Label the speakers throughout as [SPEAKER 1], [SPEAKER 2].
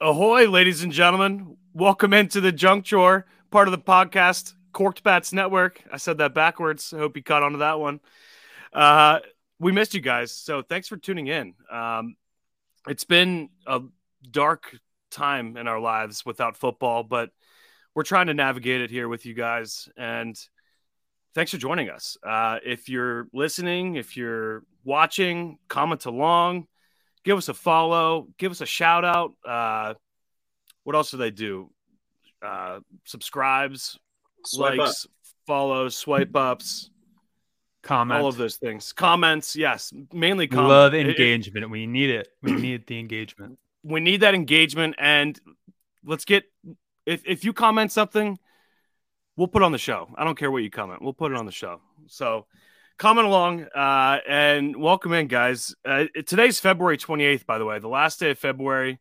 [SPEAKER 1] Ahoy, ladies and gentlemen. Welcome into the Junk Drawer, part of the podcast Corked Bats Network. I said that backwards. I hope you caught on to that one. Uh, we missed you guys, so thanks for tuning in. Um, it's been a dark time in our lives without football, but we're trying to navigate it here with you guys. And thanks for joining us. Uh, if you're listening, if you're watching, comment along give us a follow, give us a shout out. Uh, what else do they do? Uh, subscribes,
[SPEAKER 2] Swipe up.
[SPEAKER 1] likes, follows, swipe ups,
[SPEAKER 3] Comment.
[SPEAKER 1] all of those things. Comments, yes, mainly
[SPEAKER 3] We
[SPEAKER 1] comments.
[SPEAKER 3] Love
[SPEAKER 1] It- it-
[SPEAKER 3] engagement. we need it. We need the engagement.
[SPEAKER 1] we need that engagement, and let's get. If if you comment something, we'll put on the show. I don't care what you comment. We'll put it on the show. So comment along uh, and welcome in, guys. Uh, today's February 28th, by the way, the last day of February.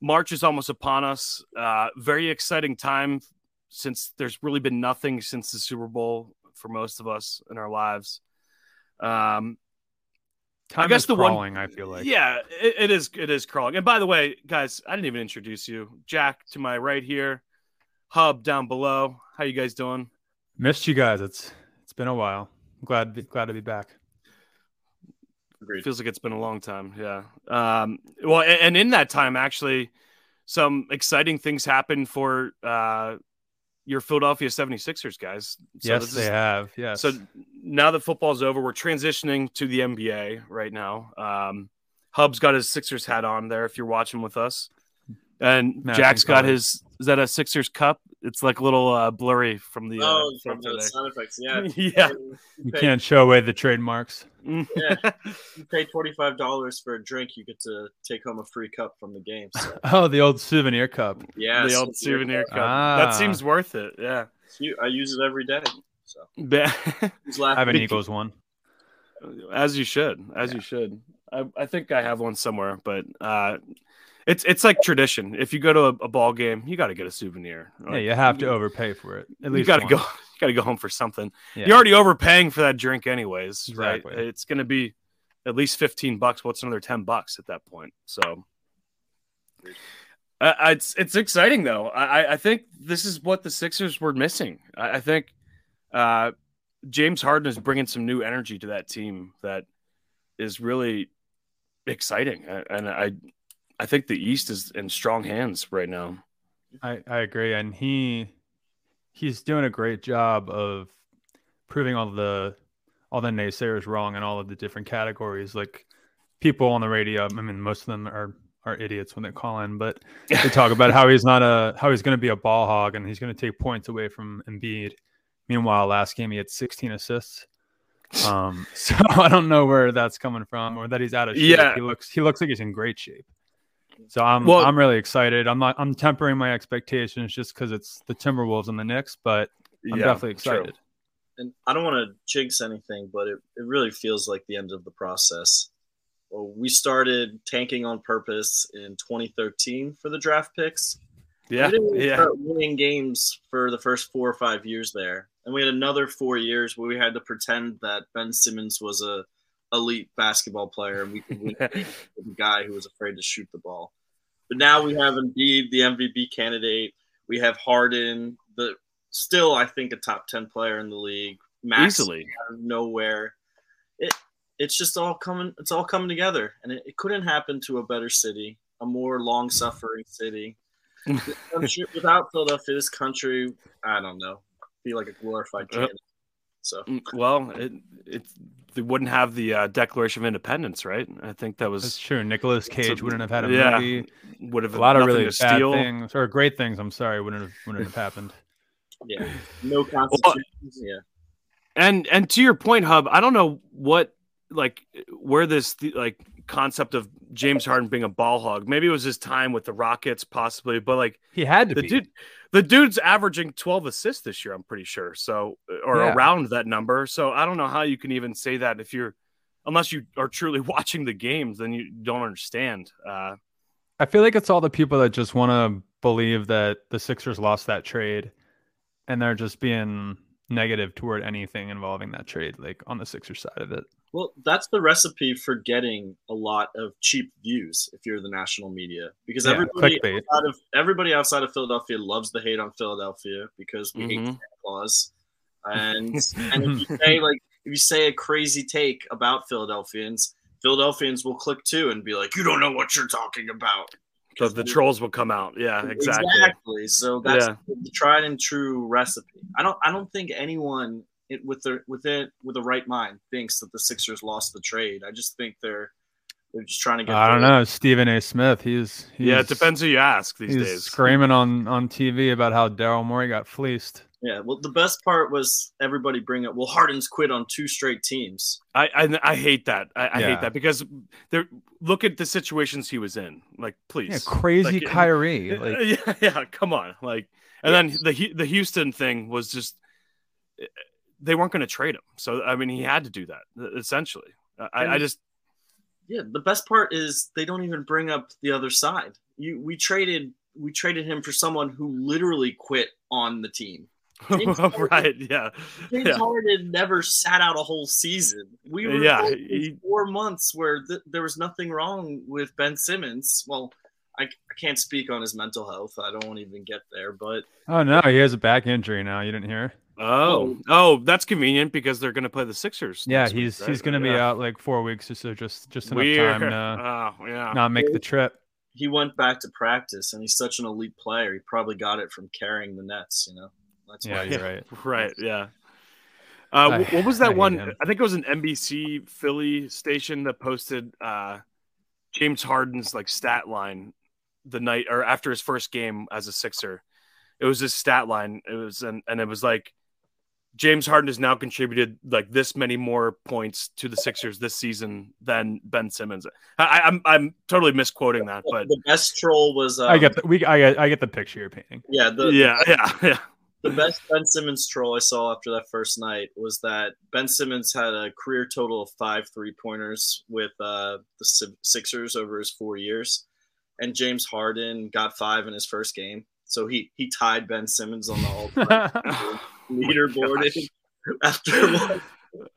[SPEAKER 1] March is almost upon us. Uh, very exciting time since there's really been nothing since the Super Bowl for most of us in our lives. Um,
[SPEAKER 3] Time
[SPEAKER 1] guess
[SPEAKER 3] is
[SPEAKER 1] the one-
[SPEAKER 3] crawling, I feel like.
[SPEAKER 1] yeah, it, it is. It is crawling. And by the way, guys, I didn't even introduce you. Jack to my right here, Hub down below. How you guys doing?
[SPEAKER 3] Missed you guys. It's it's been a while. I'm glad glad to be back.
[SPEAKER 2] Agreed.
[SPEAKER 1] Feels like it's been a long time. Yeah. Um, well, a- and in that time, actually, some exciting things happened for uh, your Philadelphia 76ers, guys. So
[SPEAKER 3] yes,
[SPEAKER 1] this
[SPEAKER 3] they
[SPEAKER 1] is-
[SPEAKER 3] have. Yes.
[SPEAKER 1] So now that football's over, we're transitioning to the NBA right now. Um, Hub's got his Sixers hat on there if you're watching with us. And
[SPEAKER 3] Matching
[SPEAKER 1] Jack's got
[SPEAKER 3] colors.
[SPEAKER 1] his is that a Sixers cup? It's like a little uh, blurry from the uh,
[SPEAKER 2] oh,
[SPEAKER 1] from
[SPEAKER 2] from the
[SPEAKER 1] today.
[SPEAKER 2] sound effects. Yeah.
[SPEAKER 1] yeah.
[SPEAKER 3] you
[SPEAKER 2] pay-
[SPEAKER 3] can't show away the trademarks.
[SPEAKER 2] yeah. You pay twenty-five dollars for a drink, you get to take home a free cup from the game. So,
[SPEAKER 3] Oh, the old souvenir cup.
[SPEAKER 2] yeah,
[SPEAKER 1] the
[SPEAKER 2] so
[SPEAKER 1] old souvenir cup.
[SPEAKER 3] Ah.
[SPEAKER 1] That seems worth it. Yeah.
[SPEAKER 2] it's you- I use it every day. So
[SPEAKER 1] Ba-
[SPEAKER 2] who's
[SPEAKER 3] I
[SPEAKER 2] laughing?
[SPEAKER 3] have an Eagles one.
[SPEAKER 1] as you should. As you should. I, I think I have one somewhere, but uh, it's it's like tradition. If you go to a, a ball game, you got to get a souvenir.
[SPEAKER 3] Yeah, you have to overpay for it. At least
[SPEAKER 1] you gotta
[SPEAKER 3] one.
[SPEAKER 1] go you gotta go home for something
[SPEAKER 3] Yeah.
[SPEAKER 1] you're already overpaying for that drink anyways right
[SPEAKER 3] Exactly.
[SPEAKER 1] it's gonna be at least 15 bucks what's another 10 bucks at that point so uh, it's it's exciting though I, I- I think this is what the sixers were missing i, I think uh, james harden is bringing some new energy to that team that is really exciting I- and i i think the east is in strong hands right now
[SPEAKER 3] I, I agree, and he he's doing a great job of proving all the all the naysayers wrong in all of the different categories. Like people on the radio, I mean, most of them are are idiots when they call in, but they talk about how he's not a how he's going to be a ball hog and he's going to take points away from Embiid. Meanwhile, last game he had 16 assists. Um, so I don't know where that's coming from or that he's out of shape.
[SPEAKER 1] Yeah.
[SPEAKER 3] He looks he looks like he's in great shape. So I'm
[SPEAKER 1] Well-
[SPEAKER 3] I'm really excited. I'm not I'm tempering my expectations just because it's the Timberwolves and the Knicks, but I'm
[SPEAKER 1] Yeah,
[SPEAKER 3] definitely
[SPEAKER 1] true.
[SPEAKER 3] excited.
[SPEAKER 2] and I don't want to jinx anything, but it, it really feels like the end of the process. Well, we started tanking on purpose in 2013 for the draft picks.
[SPEAKER 1] yeah
[SPEAKER 2] We didn't really
[SPEAKER 1] yeah
[SPEAKER 2] start winning games for the first four or five years there. And we had another four years where we had to pretend that Ben Simmons was a elite basketball player and we could win with a guy who was afraid to shoot the ball. But now we have Embiid, the MVP candidate. We have Harden, the still I think a top ten player in the league. Max
[SPEAKER 1] easily
[SPEAKER 2] out of nowhere. It it's just all coming it's all coming together and it, it couldn't happen to a better city, a more long suffering city. I'm sure without Philadelphia, this country, I don't know, be like a glorified
[SPEAKER 1] Uh.
[SPEAKER 2] can. So
[SPEAKER 1] Mm, Well, it, it they wouldn't have the uh, Declaration of Independence, right? I think that
[SPEAKER 3] That's
[SPEAKER 1] was
[SPEAKER 3] true. Nicolas
[SPEAKER 1] a-
[SPEAKER 3] Cage wouldn't have had a
[SPEAKER 1] yeah.
[SPEAKER 3] movie.
[SPEAKER 1] would have
[SPEAKER 3] A lot of
[SPEAKER 1] nothing
[SPEAKER 3] really
[SPEAKER 1] to
[SPEAKER 3] bad
[SPEAKER 1] steal.
[SPEAKER 3] things or great things. I'm sorry, wouldn't have wouldn't have happened.
[SPEAKER 2] yeah, no constitution. yeah,
[SPEAKER 1] And and to your point, Hub, I don't know what like where this the- like concept of James Harden being a ball hog. Maybe it was his time with the Rockets, possibly, but like
[SPEAKER 3] He had to
[SPEAKER 1] the
[SPEAKER 3] be.
[SPEAKER 1] dude, the dude's averaging twelve assists this year. I'm pretty sure, so or
[SPEAKER 3] Yeah.
[SPEAKER 1] around that number. So I don't know how you can even say that if you're unless you are truly watching the games, then you don't understand. Uh,
[SPEAKER 3] I feel like it's all the people that just want to believe that the Sixers lost that trade and they're just being negative toward anything involving that trade, like on the Sixers side of it.
[SPEAKER 2] Well, that's the recipe for getting a lot of cheap views if you're the national media, because
[SPEAKER 3] Yeah,
[SPEAKER 2] everybody
[SPEAKER 3] clickbait.
[SPEAKER 2] outside of everybody outside of Philadelphia loves the hate on Philadelphia because we
[SPEAKER 3] Mm-hmm.
[SPEAKER 2] hate
[SPEAKER 1] Mhm.
[SPEAKER 2] Santa Claus, and and if you say like if you say a crazy take about Philadelphians, Philadelphians will click too and be like, you don't know what you're talking about.
[SPEAKER 1] Because the trolls will come out. Yeah, Uh, exactly.
[SPEAKER 2] Exactly. So that's
[SPEAKER 1] Yeah.
[SPEAKER 2] the tried and true recipe. I don't. I don't think anyone it, with their with it with a right mind thinks that the Sixers lost the trade. I just think they're they're just trying to get.
[SPEAKER 3] I don't
[SPEAKER 2] their-
[SPEAKER 3] know. Stephen A. Smith. He's, he's
[SPEAKER 1] Yeah, it depends who you ask these
[SPEAKER 3] he's
[SPEAKER 1] days.
[SPEAKER 3] screaming on on TV about how Daryl Morey got fleeced.
[SPEAKER 2] Yeah. Well, the best part was everybody bring up. Well, Harden's quit on two straight teams.
[SPEAKER 1] I, I I hate that. I, I
[SPEAKER 3] Yeah.
[SPEAKER 1] hate that because there. Look at the situations he was in. Like, please.
[SPEAKER 3] Yeah, crazy
[SPEAKER 1] Like,
[SPEAKER 3] Kyrie.
[SPEAKER 1] Yeah,
[SPEAKER 3] Like,
[SPEAKER 1] yeah, yeah, come on. Like, and then the Hu- the Houston thing was just eh, they weren't going to trade him, so I mean he had to do that e, essentially. I, I
[SPEAKER 2] And-
[SPEAKER 1] just
[SPEAKER 2] Yeah. The best part is they don't even bring up the other side. You we traded we traded him for someone who literally quit on the team. James Harden-
[SPEAKER 1] right, yeah,
[SPEAKER 2] James
[SPEAKER 1] yeah.
[SPEAKER 2] Harden never sat out a whole season. We were
[SPEAKER 1] Yeah,
[SPEAKER 2] going through
[SPEAKER 1] he-
[SPEAKER 2] four months where th- there was nothing wrong with Ben Simmons. Well, I, I can't speak on his mental health. I don't want to even get there, but
[SPEAKER 3] oh no, he has a back injury now. You didn't hear?
[SPEAKER 1] Oh, oh, that's convenient because they're going to play the Sixers.
[SPEAKER 3] Yeah,
[SPEAKER 1] next week,
[SPEAKER 3] he's
[SPEAKER 1] right?
[SPEAKER 3] he's gonna be
[SPEAKER 1] Yeah.
[SPEAKER 3] out like four weeks or so. Just just enough
[SPEAKER 1] Weird.
[SPEAKER 3] time to
[SPEAKER 1] oh, yeah.
[SPEAKER 3] not make the trip.
[SPEAKER 2] he went back to practice, and he's such an elite player. He probably got it from carrying the Nets. You know, that's
[SPEAKER 3] Yeah,
[SPEAKER 2] why.
[SPEAKER 3] you're right.
[SPEAKER 1] Right. Yeah. Uh,
[SPEAKER 3] I-
[SPEAKER 1] wh- what was
[SPEAKER 3] I
[SPEAKER 1] that
[SPEAKER 3] hate
[SPEAKER 1] one?
[SPEAKER 3] him.
[SPEAKER 1] I think it was an NBC Philly station that posted uh, James Harden's like stat line the night or after his first game as a Sixer. It was his stat line. It was and, and it was like James Harden has now contributed like this many more points to the Sixers this season than Ben Simmons. I, I- I'm I'm totally misquoting that, but
[SPEAKER 2] the best troll was um,
[SPEAKER 3] I get the we I get I get the picture you're painting.
[SPEAKER 2] yeah the,
[SPEAKER 1] yeah, yeah, yeah.
[SPEAKER 2] The best Ben Simmons troll I saw after that first night was that Ben Simmons had a career total of five three pointers with uh, the Si- Sixers over his four years, and James Harden got five in his first game. So he he tied Ben Simmons on the all
[SPEAKER 3] oh
[SPEAKER 2] leaderboard
[SPEAKER 1] Gosh.
[SPEAKER 2] after one.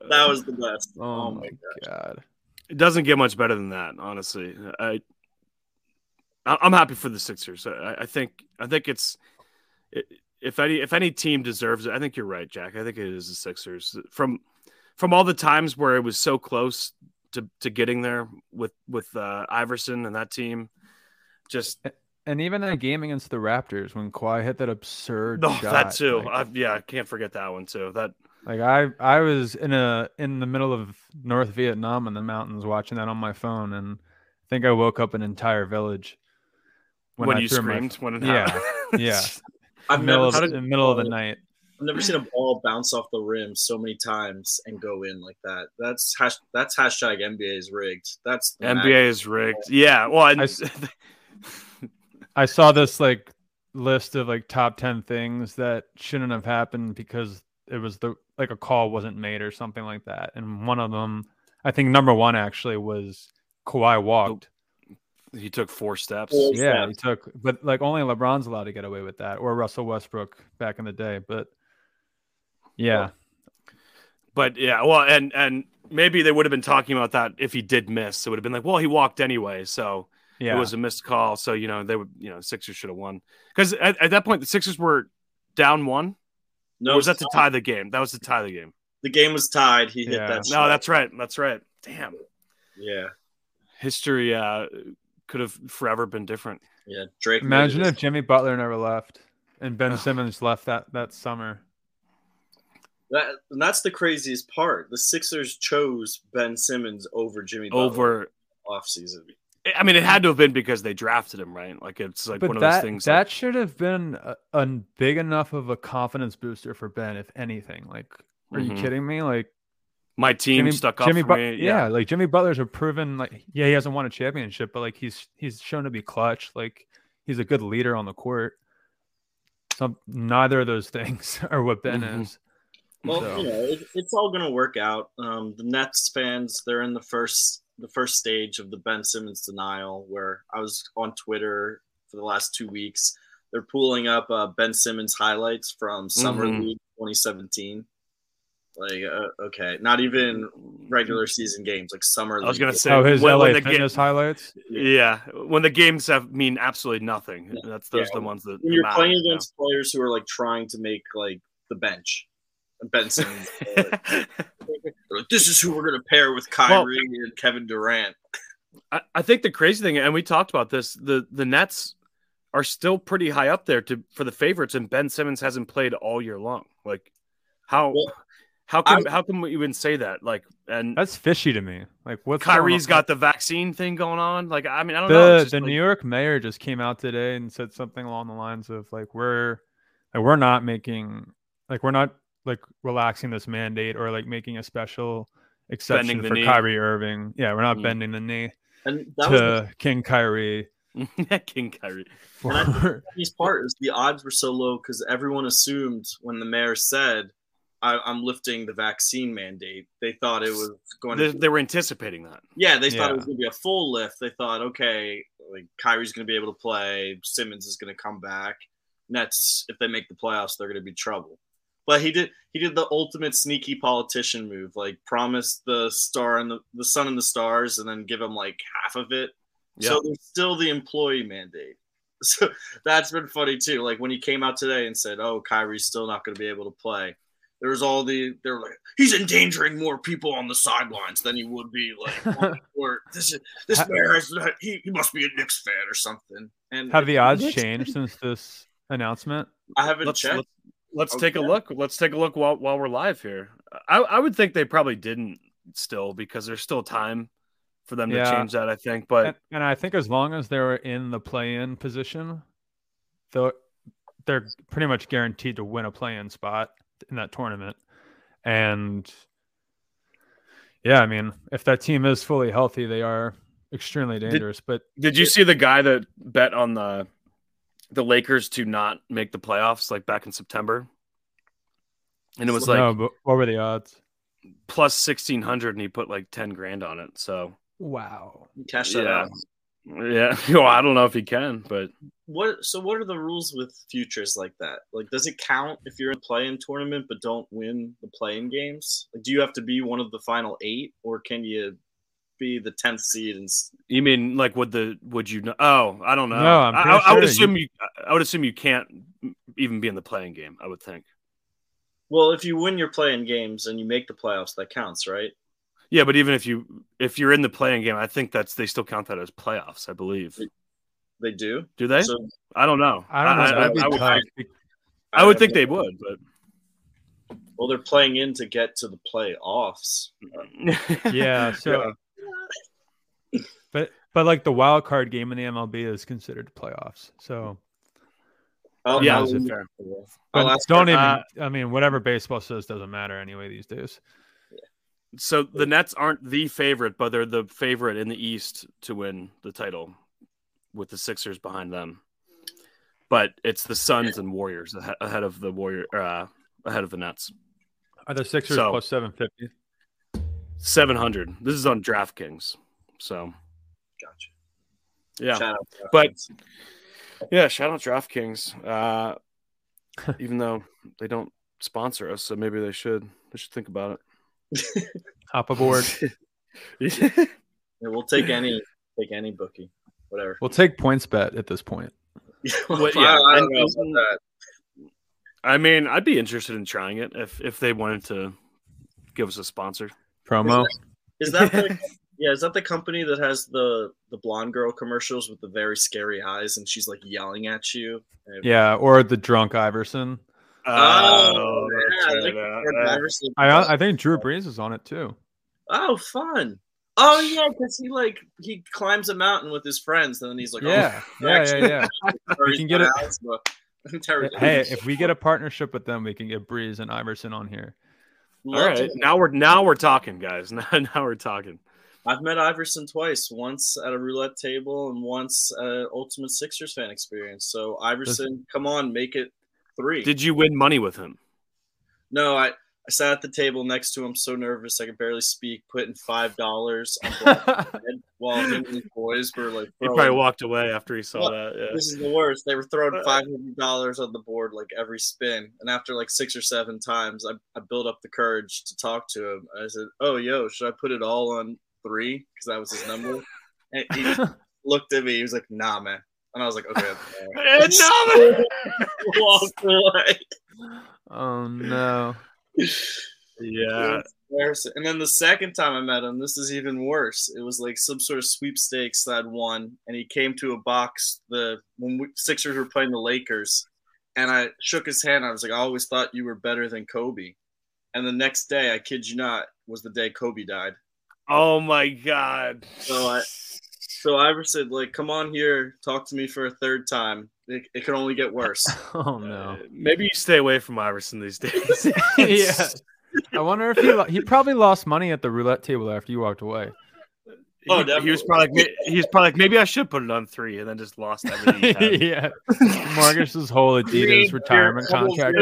[SPEAKER 2] That was the best.
[SPEAKER 1] Oh
[SPEAKER 2] my
[SPEAKER 3] Oh my god.
[SPEAKER 1] it doesn't get much better than that, honestly. I, I I'm happy for the Sixers. I, I think I think it's i- if any if any team deserves it, I think you're right, Jack. I think it is the Sixers from from all the times where it was so close to to getting there with with uh, Iverson and that team. Just
[SPEAKER 3] And even that game against the Raptors when Kawhi hit that absurd
[SPEAKER 1] no,
[SPEAKER 3] shot,
[SPEAKER 1] oh, that too.
[SPEAKER 3] like-
[SPEAKER 1] I, yeah, I can't forget that one too. That
[SPEAKER 3] Like I I was in a in the middle of North Vietnam in the mountains watching that on my phone and I think I woke up an entire village
[SPEAKER 1] when,
[SPEAKER 3] I
[SPEAKER 1] you
[SPEAKER 3] threw my-
[SPEAKER 1] screamed when it
[SPEAKER 3] Yeah,
[SPEAKER 1] happened.
[SPEAKER 3] yeah.
[SPEAKER 2] I've
[SPEAKER 3] middle
[SPEAKER 2] never,
[SPEAKER 3] of,
[SPEAKER 2] seen,
[SPEAKER 3] in the middle
[SPEAKER 1] Oh.
[SPEAKER 3] of the night.
[SPEAKER 2] I've never seen a ball bounce off the rim so many times and go in like that. That's hash, that's hashtag NBA's rigged. That's the max.
[SPEAKER 1] NBA is rigged. Yeah. Well, and,
[SPEAKER 3] I I saw this like list of like top 10 things that shouldn't have happened because it was the like a call wasn't made or something like that. And one of them, I think number one actually was
[SPEAKER 1] Oh.
[SPEAKER 3] Kawhi walked.
[SPEAKER 1] he took four steps.
[SPEAKER 2] Four
[SPEAKER 3] yeah,
[SPEAKER 2] steps.
[SPEAKER 3] he took, but like only LeBron's allowed to get away with that or Russell Westbrook back in the day. But yeah,
[SPEAKER 1] But yeah, well, and and maybe they would have been talking about that if he did miss. It would have been like, well, he walked anyway, so
[SPEAKER 3] yeah,
[SPEAKER 1] it was a missed call. So you know they would, you know, Sixers should have won because at, at that point the Sixers were down one.
[SPEAKER 2] No,
[SPEAKER 1] or was that to tie the game? That was to tie the game.
[SPEAKER 2] the game was tied. He hit
[SPEAKER 3] Yeah.
[SPEAKER 2] that.
[SPEAKER 1] No,
[SPEAKER 2] shot.
[SPEAKER 1] that's right. That's right. Damn,
[SPEAKER 2] yeah,
[SPEAKER 1] history uh, could have forever been different.
[SPEAKER 2] yeah. Drake. made
[SPEAKER 3] imagine
[SPEAKER 2] it.
[SPEAKER 3] if Jimmy Butler never left and Ben
[SPEAKER 1] Ugh.
[SPEAKER 3] Simmons left that that summer.
[SPEAKER 2] that, and that's the craziest part. The Sixers chose Ben Simmons over Jimmy Butler
[SPEAKER 1] Over,
[SPEAKER 2] off season.
[SPEAKER 1] I mean, it had to have been because they drafted him, right? Like it's like one
[SPEAKER 3] but
[SPEAKER 1] of
[SPEAKER 3] that
[SPEAKER 1] those things.
[SPEAKER 3] that
[SPEAKER 1] like-
[SPEAKER 3] should have been a, a big enough of a confidence booster for Ben, if anything. Like, are
[SPEAKER 1] Mhm.
[SPEAKER 3] you kidding me? Like
[SPEAKER 1] my team
[SPEAKER 3] Jimmy,
[SPEAKER 1] stuck up
[SPEAKER 3] Jimmy
[SPEAKER 1] for
[SPEAKER 3] But-
[SPEAKER 1] me.
[SPEAKER 3] yeah. like Jimmy Butler's a proven like yeah, he hasn't won a championship, but like he's he's shown to be clutch. Like he's a good leader on the court. Some neither of those things are what Ben
[SPEAKER 1] Mhm.
[SPEAKER 3] is.
[SPEAKER 2] Well,
[SPEAKER 3] So-
[SPEAKER 2] you know, it, it's all going to work out. Um, the Nets fans, they're in the first the first stage of the Ben Simmons denial, where I was on Twitter for the last two weeks.
[SPEAKER 1] Mm-hmm.
[SPEAKER 2] They're pooling up uh, Ben Simmons highlights from Summer
[SPEAKER 1] Mhm.
[SPEAKER 2] League 2017. Like, uh, okay, not even regular season games, like summer.
[SPEAKER 1] I was
[SPEAKER 2] league.
[SPEAKER 1] gonna say
[SPEAKER 3] Oh, his
[SPEAKER 1] when-
[SPEAKER 3] LA
[SPEAKER 1] when the ga-
[SPEAKER 3] fitness highlights.
[SPEAKER 1] yeah, when the games have mean absolutely nothing.
[SPEAKER 2] Yeah.
[SPEAKER 1] That's those the
[SPEAKER 2] Yeah.
[SPEAKER 1] ones that
[SPEAKER 2] when you're
[SPEAKER 1] matter,
[SPEAKER 2] playing
[SPEAKER 1] you know?
[SPEAKER 2] against players who are like trying to make like the bench. And Ben Simmons, uh, they're like, this is who we're gonna pair with Kyrie and Kevin Durant.
[SPEAKER 1] I, I think the crazy thing, and we talked about this, the the Nets are still pretty high up there to for the favorites, and Ben Simmons hasn't played all year long. Like how
[SPEAKER 2] Well,
[SPEAKER 1] how can how can we even say that? Like and
[SPEAKER 3] That's fishy to me. Like what's going
[SPEAKER 1] Kyrie's
[SPEAKER 3] on?
[SPEAKER 1] got the vaccine thing going on. Like I mean I don't know.
[SPEAKER 3] the
[SPEAKER 1] It's just
[SPEAKER 3] the
[SPEAKER 1] like-
[SPEAKER 3] New York mayor just came out today and said something along the lines of like we're like we're not making like we're not like relaxing this mandate or like making a special exception
[SPEAKER 1] the
[SPEAKER 3] for
[SPEAKER 1] knee.
[SPEAKER 3] Kyrie Irving. Yeah, we're not
[SPEAKER 2] Mm.
[SPEAKER 3] bending the knee
[SPEAKER 2] And that was the
[SPEAKER 3] to King Kyrie.
[SPEAKER 1] King Kyrie.
[SPEAKER 3] For,
[SPEAKER 2] And funniest part is the odds were so low because everyone assumed when the mayor said, I, "I'm lifting the vaccine mandate," they thought it was going
[SPEAKER 1] They,
[SPEAKER 2] to.
[SPEAKER 1] they were anticipating that.
[SPEAKER 2] Yeah, they thought it was
[SPEAKER 3] Yeah.
[SPEAKER 2] going to be a full lift. They thought, okay, like Kyrie's going to be able to play, Simmons is going to come back. Nets, if they make the playoffs, they're going to be trouble. But he did he did the ultimate sneaky politician move, like promise the star and the, the sun and the stars, and then give him like half of it.
[SPEAKER 1] Yeah.
[SPEAKER 2] So there's still the employee mandate. So that's been funny too. Like when he came out today and said, "Oh, Kyrie's still not going to be able to play." There was all the they're like, "He's endangering more people on the sidelines than he would be like." on the court. this is this
[SPEAKER 3] Ha-
[SPEAKER 2] mayor is not, he, he must be a Knicks fan or something. And
[SPEAKER 3] have the odds
[SPEAKER 2] Knicks-
[SPEAKER 3] changed since this announcement?
[SPEAKER 2] I haven't
[SPEAKER 1] Let's,
[SPEAKER 2] checked.
[SPEAKER 1] let's, let's
[SPEAKER 2] Okay.
[SPEAKER 1] take a look. Let's take a look while, while we're live here. I, I would think they probably didn't still because there's still time for them to
[SPEAKER 3] Yeah.
[SPEAKER 1] change that, I think. But
[SPEAKER 3] And, and I think as long as they're in the play-in position, they're they're pretty much guaranteed to win a play-in spot in that tournament. And yeah, I mean, if that team is fully healthy, they are extremely dangerous. but
[SPEAKER 1] Did you see the guy that bet on the the Lakers to not make the playoffs like back in September? And it was like
[SPEAKER 3] no, but what were the odds?
[SPEAKER 1] plus sixteen hundred, and he put like ten grand on it. So
[SPEAKER 3] Wow.
[SPEAKER 2] Cash that
[SPEAKER 1] Yeah.
[SPEAKER 2] out.
[SPEAKER 1] yeah, well, I don't know if he can, but
[SPEAKER 2] What? So what are the rules with futures like that? Like, does it count if you're in a play-in tournament but don't win the play-in games? Like, do you have to be one of the final eight, or can you be the tenth seed? And s-
[SPEAKER 1] you mean like would the would you? kn- Oh, I don't know.
[SPEAKER 3] No, I'm
[SPEAKER 1] I,
[SPEAKER 3] pretty
[SPEAKER 1] I- I would
[SPEAKER 3] sure you-
[SPEAKER 1] assume you. I would assume you can't even be in the playing game. I would think.
[SPEAKER 2] well, if you win your play-in games and you make the playoffs, that counts, right?
[SPEAKER 1] Yeah, but even if you if you're in the playing game, I think that's they still count that as playoffs. I believe.
[SPEAKER 2] They do.
[SPEAKER 1] Do they?
[SPEAKER 2] So
[SPEAKER 1] I don't know.
[SPEAKER 3] I don't know.
[SPEAKER 1] I,
[SPEAKER 3] That'd be
[SPEAKER 1] I would,
[SPEAKER 3] tough.
[SPEAKER 1] I would think they would, but
[SPEAKER 2] Well, they're playing in to get to the playoffs.
[SPEAKER 3] yeah. So, but but like the wild card game in the MLB is considered playoffs. So
[SPEAKER 2] Oh,
[SPEAKER 1] Yeah,
[SPEAKER 2] I'll-
[SPEAKER 1] is it fair?
[SPEAKER 2] I'll
[SPEAKER 3] But
[SPEAKER 2] ask
[SPEAKER 3] don't even.
[SPEAKER 1] uh,
[SPEAKER 3] I mean, whatever baseball says doesn't matter anyway these days.
[SPEAKER 1] so the Nets aren't the favorite, but they're the favorite in the East to win the title, with the Sixers behind them. But it's the Suns and Warriors ahe- ahead of the Warrior uh, ahead of the Nets.
[SPEAKER 3] Are the Sixers
[SPEAKER 1] So-
[SPEAKER 3] plus seven fifty?
[SPEAKER 1] Seven hundred. This is on DraftKings. So
[SPEAKER 2] Gotcha.
[SPEAKER 1] yeah,
[SPEAKER 2] Shout out to
[SPEAKER 1] But-
[SPEAKER 2] us.
[SPEAKER 1] yeah. Shout out DraftKings. Uh, even though they don't sponsor us, so maybe they should. They should think about
[SPEAKER 3] Hop aboard.
[SPEAKER 1] it.
[SPEAKER 2] Yeah, we'll take any take any bookie, whatever.
[SPEAKER 3] we'll take points bet at this point.
[SPEAKER 1] Well, yeah,
[SPEAKER 2] I, I
[SPEAKER 1] and-
[SPEAKER 2] don't know about that.
[SPEAKER 1] I mean, I'd be interested in trying it if if they wanted to give us a sponsor.
[SPEAKER 3] Promo.
[SPEAKER 2] Is that the, yeah? Is that the company that has the the blonde girl commercials with the very scary eyes and she's like yelling at you? And-
[SPEAKER 3] Yeah, or the drunk Iverson.
[SPEAKER 2] Oh,
[SPEAKER 1] that's
[SPEAKER 2] yeah, I
[SPEAKER 1] right,
[SPEAKER 2] like the
[SPEAKER 1] uh,
[SPEAKER 2] Fred
[SPEAKER 1] uh,
[SPEAKER 2] Iverson.
[SPEAKER 3] I I think Drew Brees is on it too.
[SPEAKER 2] oh, fun. Oh yeah, because he like he climbs a mountain with his friends, and then he's like,
[SPEAKER 3] Yeah,
[SPEAKER 2] oh,
[SPEAKER 3] yeah, yeah, yeah.
[SPEAKER 2] we
[SPEAKER 3] can get it-
[SPEAKER 2] it.
[SPEAKER 3] hey, if we get a partnership with them, we can get Brees and Iverson on here.
[SPEAKER 1] All right, now we're now we're talking, guys. Now, now we're talking.
[SPEAKER 2] I've met Iverson twice, once at a roulette table and once at an Ultimate Sixers fan experience. So Iverson, come on, make it three.
[SPEAKER 1] Did you win money with him?
[SPEAKER 2] No, I I sat at the table next to him, so nervous I could barely speak, putting five dollars on Black
[SPEAKER 3] That's
[SPEAKER 2] Ed while him and his boys were like,
[SPEAKER 1] He
[SPEAKER 2] throwing-
[SPEAKER 1] probably walked away after he saw
[SPEAKER 2] Well,
[SPEAKER 1] that. Yeah.
[SPEAKER 2] This is the worst. They were throwing five hundred dollars on the board like every spin, and after like six or seven times, I, I built up the courage to talk to him. I said, "Oh, yo, should I put it all on three? Because that was his number." And he just looked at me. He was like, "Nah, man," and I was like, "Okay." I'm sorry."
[SPEAKER 1] And Donovan-
[SPEAKER 2] Walked away.
[SPEAKER 3] oh no.
[SPEAKER 1] yeah.
[SPEAKER 2] Embarrassing. And then the second time I met him, this is even worse. It was like some sort of sweepstakes that I'd won, and he came to a box the when we, Sixers were playing the Lakers, and I shook his hand. I was like, I always thought you were better than Kobe. And the next day, I kid you not, was the day Kobe died.
[SPEAKER 1] Oh my god.
[SPEAKER 2] So I- So Iverson, like, come on here, talk to me for a third time. It, it can only get worse.
[SPEAKER 3] Oh
[SPEAKER 1] Uh,
[SPEAKER 3] no.
[SPEAKER 1] maybe you stay away from Iverson these days.
[SPEAKER 3] yeah. I wonder if he lo- he probably lost money at the roulette table after you walked away.
[SPEAKER 2] Oh,
[SPEAKER 1] he, he was
[SPEAKER 2] definitely.
[SPEAKER 1] probably like, he was probably like, maybe I should put it on three, and then just lost everything. he had.
[SPEAKER 3] yeah. Marcus's whole Adidas retirement contract.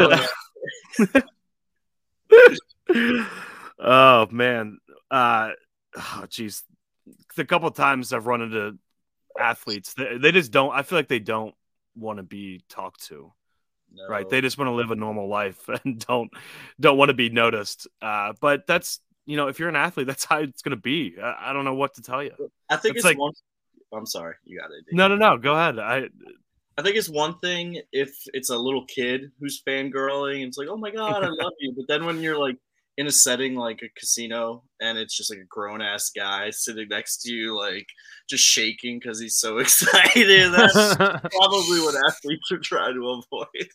[SPEAKER 1] oh man uh oh geez the couple times i've run into athletes they, they just don't i feel like they don't want to be talked to
[SPEAKER 2] No.
[SPEAKER 1] right they just want to live a normal life and don't don't want to be noticed uh but that's you know if you're an athlete that's how it's going to be I, I don't know what to tell you
[SPEAKER 2] I think
[SPEAKER 1] it's
[SPEAKER 2] it's,
[SPEAKER 1] like-
[SPEAKER 2] one. I'm sorry, you got it. dude.
[SPEAKER 1] no no no go ahead i
[SPEAKER 2] I think it's one thing if it's a little kid who's fangirling and it's like, oh my god, I love you. But then when you're like in a setting like a casino and it's just like a grown ass guy sitting next to you, like just shaking because he's so excited, that's
[SPEAKER 3] yeah,
[SPEAKER 2] probably what athletes are trying to avoid.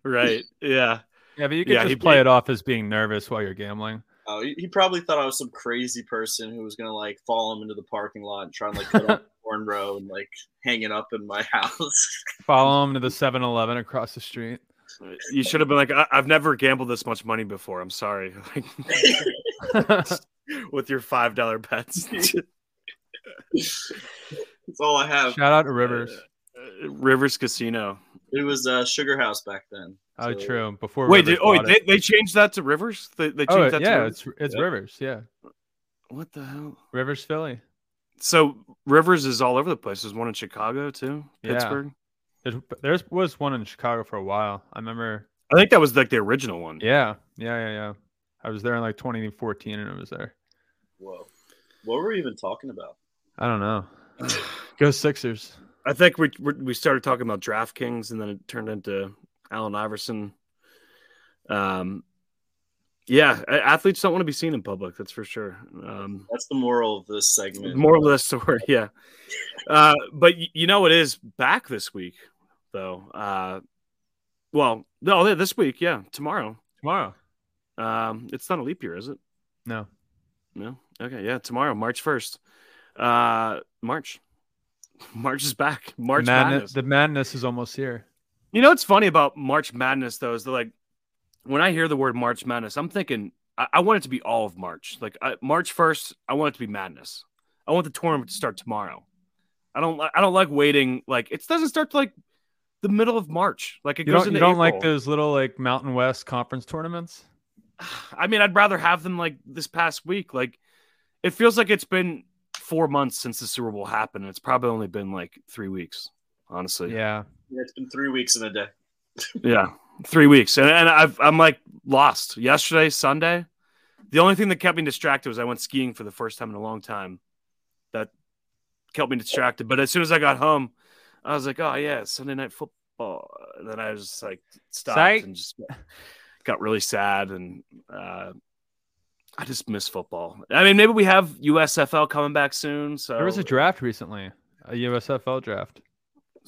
[SPEAKER 1] right yeah
[SPEAKER 3] but you can
[SPEAKER 1] Yeah, he
[SPEAKER 3] just play
[SPEAKER 1] played-
[SPEAKER 3] it off as being nervous while you're gambling.
[SPEAKER 2] Oh, he he probably thought I was some crazy person who was gonna like follow him into the parking lot and try and like cut off a cornrow and like hang it up in my house.
[SPEAKER 3] Follow him to the 7-Eleven across the street.
[SPEAKER 1] you should have been like I- i've never gambled this much money before i'm sorry like with your five dollar bets
[SPEAKER 2] That's all I have.
[SPEAKER 3] Shout out to Rivers.
[SPEAKER 1] Uh, Rivers Casino.
[SPEAKER 2] It was uh, Sugar House back then.
[SPEAKER 3] Oh,
[SPEAKER 2] So-
[SPEAKER 3] true. Before
[SPEAKER 1] Wait,
[SPEAKER 3] Rivers
[SPEAKER 1] did, oh, wait,
[SPEAKER 3] bought
[SPEAKER 1] they,
[SPEAKER 3] it.
[SPEAKER 1] they changed that to Rivers? They, they changed
[SPEAKER 3] oh
[SPEAKER 1] that to
[SPEAKER 3] yeah,
[SPEAKER 1] Rivers?
[SPEAKER 3] it's it's
[SPEAKER 2] Yeah.
[SPEAKER 3] Rivers. Yeah,
[SPEAKER 1] What the hell?
[SPEAKER 3] Rivers Philly.
[SPEAKER 1] So Rivers is all over the place. There's one in Chicago too,
[SPEAKER 3] Yeah.
[SPEAKER 1] Pittsburgh.
[SPEAKER 3] There's, there was one in Chicago for a while. I remember.
[SPEAKER 1] I think that was like the original one.
[SPEAKER 3] Yeah, yeah, yeah, yeah. I was there in like 2014, and it was there.
[SPEAKER 2] Whoa. What were we even talking about?
[SPEAKER 3] I don't know. Go Sixers.
[SPEAKER 1] I think we we we started talking about DraftKings, and then it turned into Allen Iverson. Um, yeah, a- athletes don't want to be seen in public. That's for sure. Um,
[SPEAKER 2] That's the moral of this segment.
[SPEAKER 1] More or less, story, yeah. Uh, but y- you know it is back this week, though. Uh, well, no, th- this week, yeah, tomorrow.
[SPEAKER 3] Tomorrow.
[SPEAKER 1] Um, it's not a leap year, is it?
[SPEAKER 3] No.
[SPEAKER 1] No. Okay, yeah, tomorrow, March first. Uh, March. March is back. March
[SPEAKER 3] Madne-
[SPEAKER 1] Madness.
[SPEAKER 3] The madness is almost here.
[SPEAKER 1] You know what's funny about March Madness though is that like when I hear the word March Madness, I'm thinking I, I want it to be all of March. Like I, March first, I want it to be madness. I want the tournament to start tomorrow. I don't li- I don't like waiting. Like it doesn't start to like the middle of March. Like it
[SPEAKER 3] You
[SPEAKER 1] goes
[SPEAKER 3] don't, you
[SPEAKER 1] into
[SPEAKER 3] don't like
[SPEAKER 1] April.
[SPEAKER 3] those little like Mountain West conference tournaments?
[SPEAKER 1] I mean, I'd rather have them like this past week. Like it feels like it's been four months since the Super Bowl happened. and It's probably only been like three weeks, honestly.
[SPEAKER 3] Yeah.
[SPEAKER 2] Yeah, it's been three weeks in a day.
[SPEAKER 1] Yeah, three weeks, and, and I've, I'm like lost. Yesterday, Sunday, the only thing that kept me distracted was I went skiing for the first time in a long time. That kept me distracted. But as soon as I got home, I was like, "Oh yeah, it's Sunday night football." And then I was just like stopped
[SPEAKER 3] Psych.
[SPEAKER 1] and just got really sad, and uh, I just miss football. I mean, maybe we have USFL coming back soon, so
[SPEAKER 3] There was a draft recently, a USFL draft.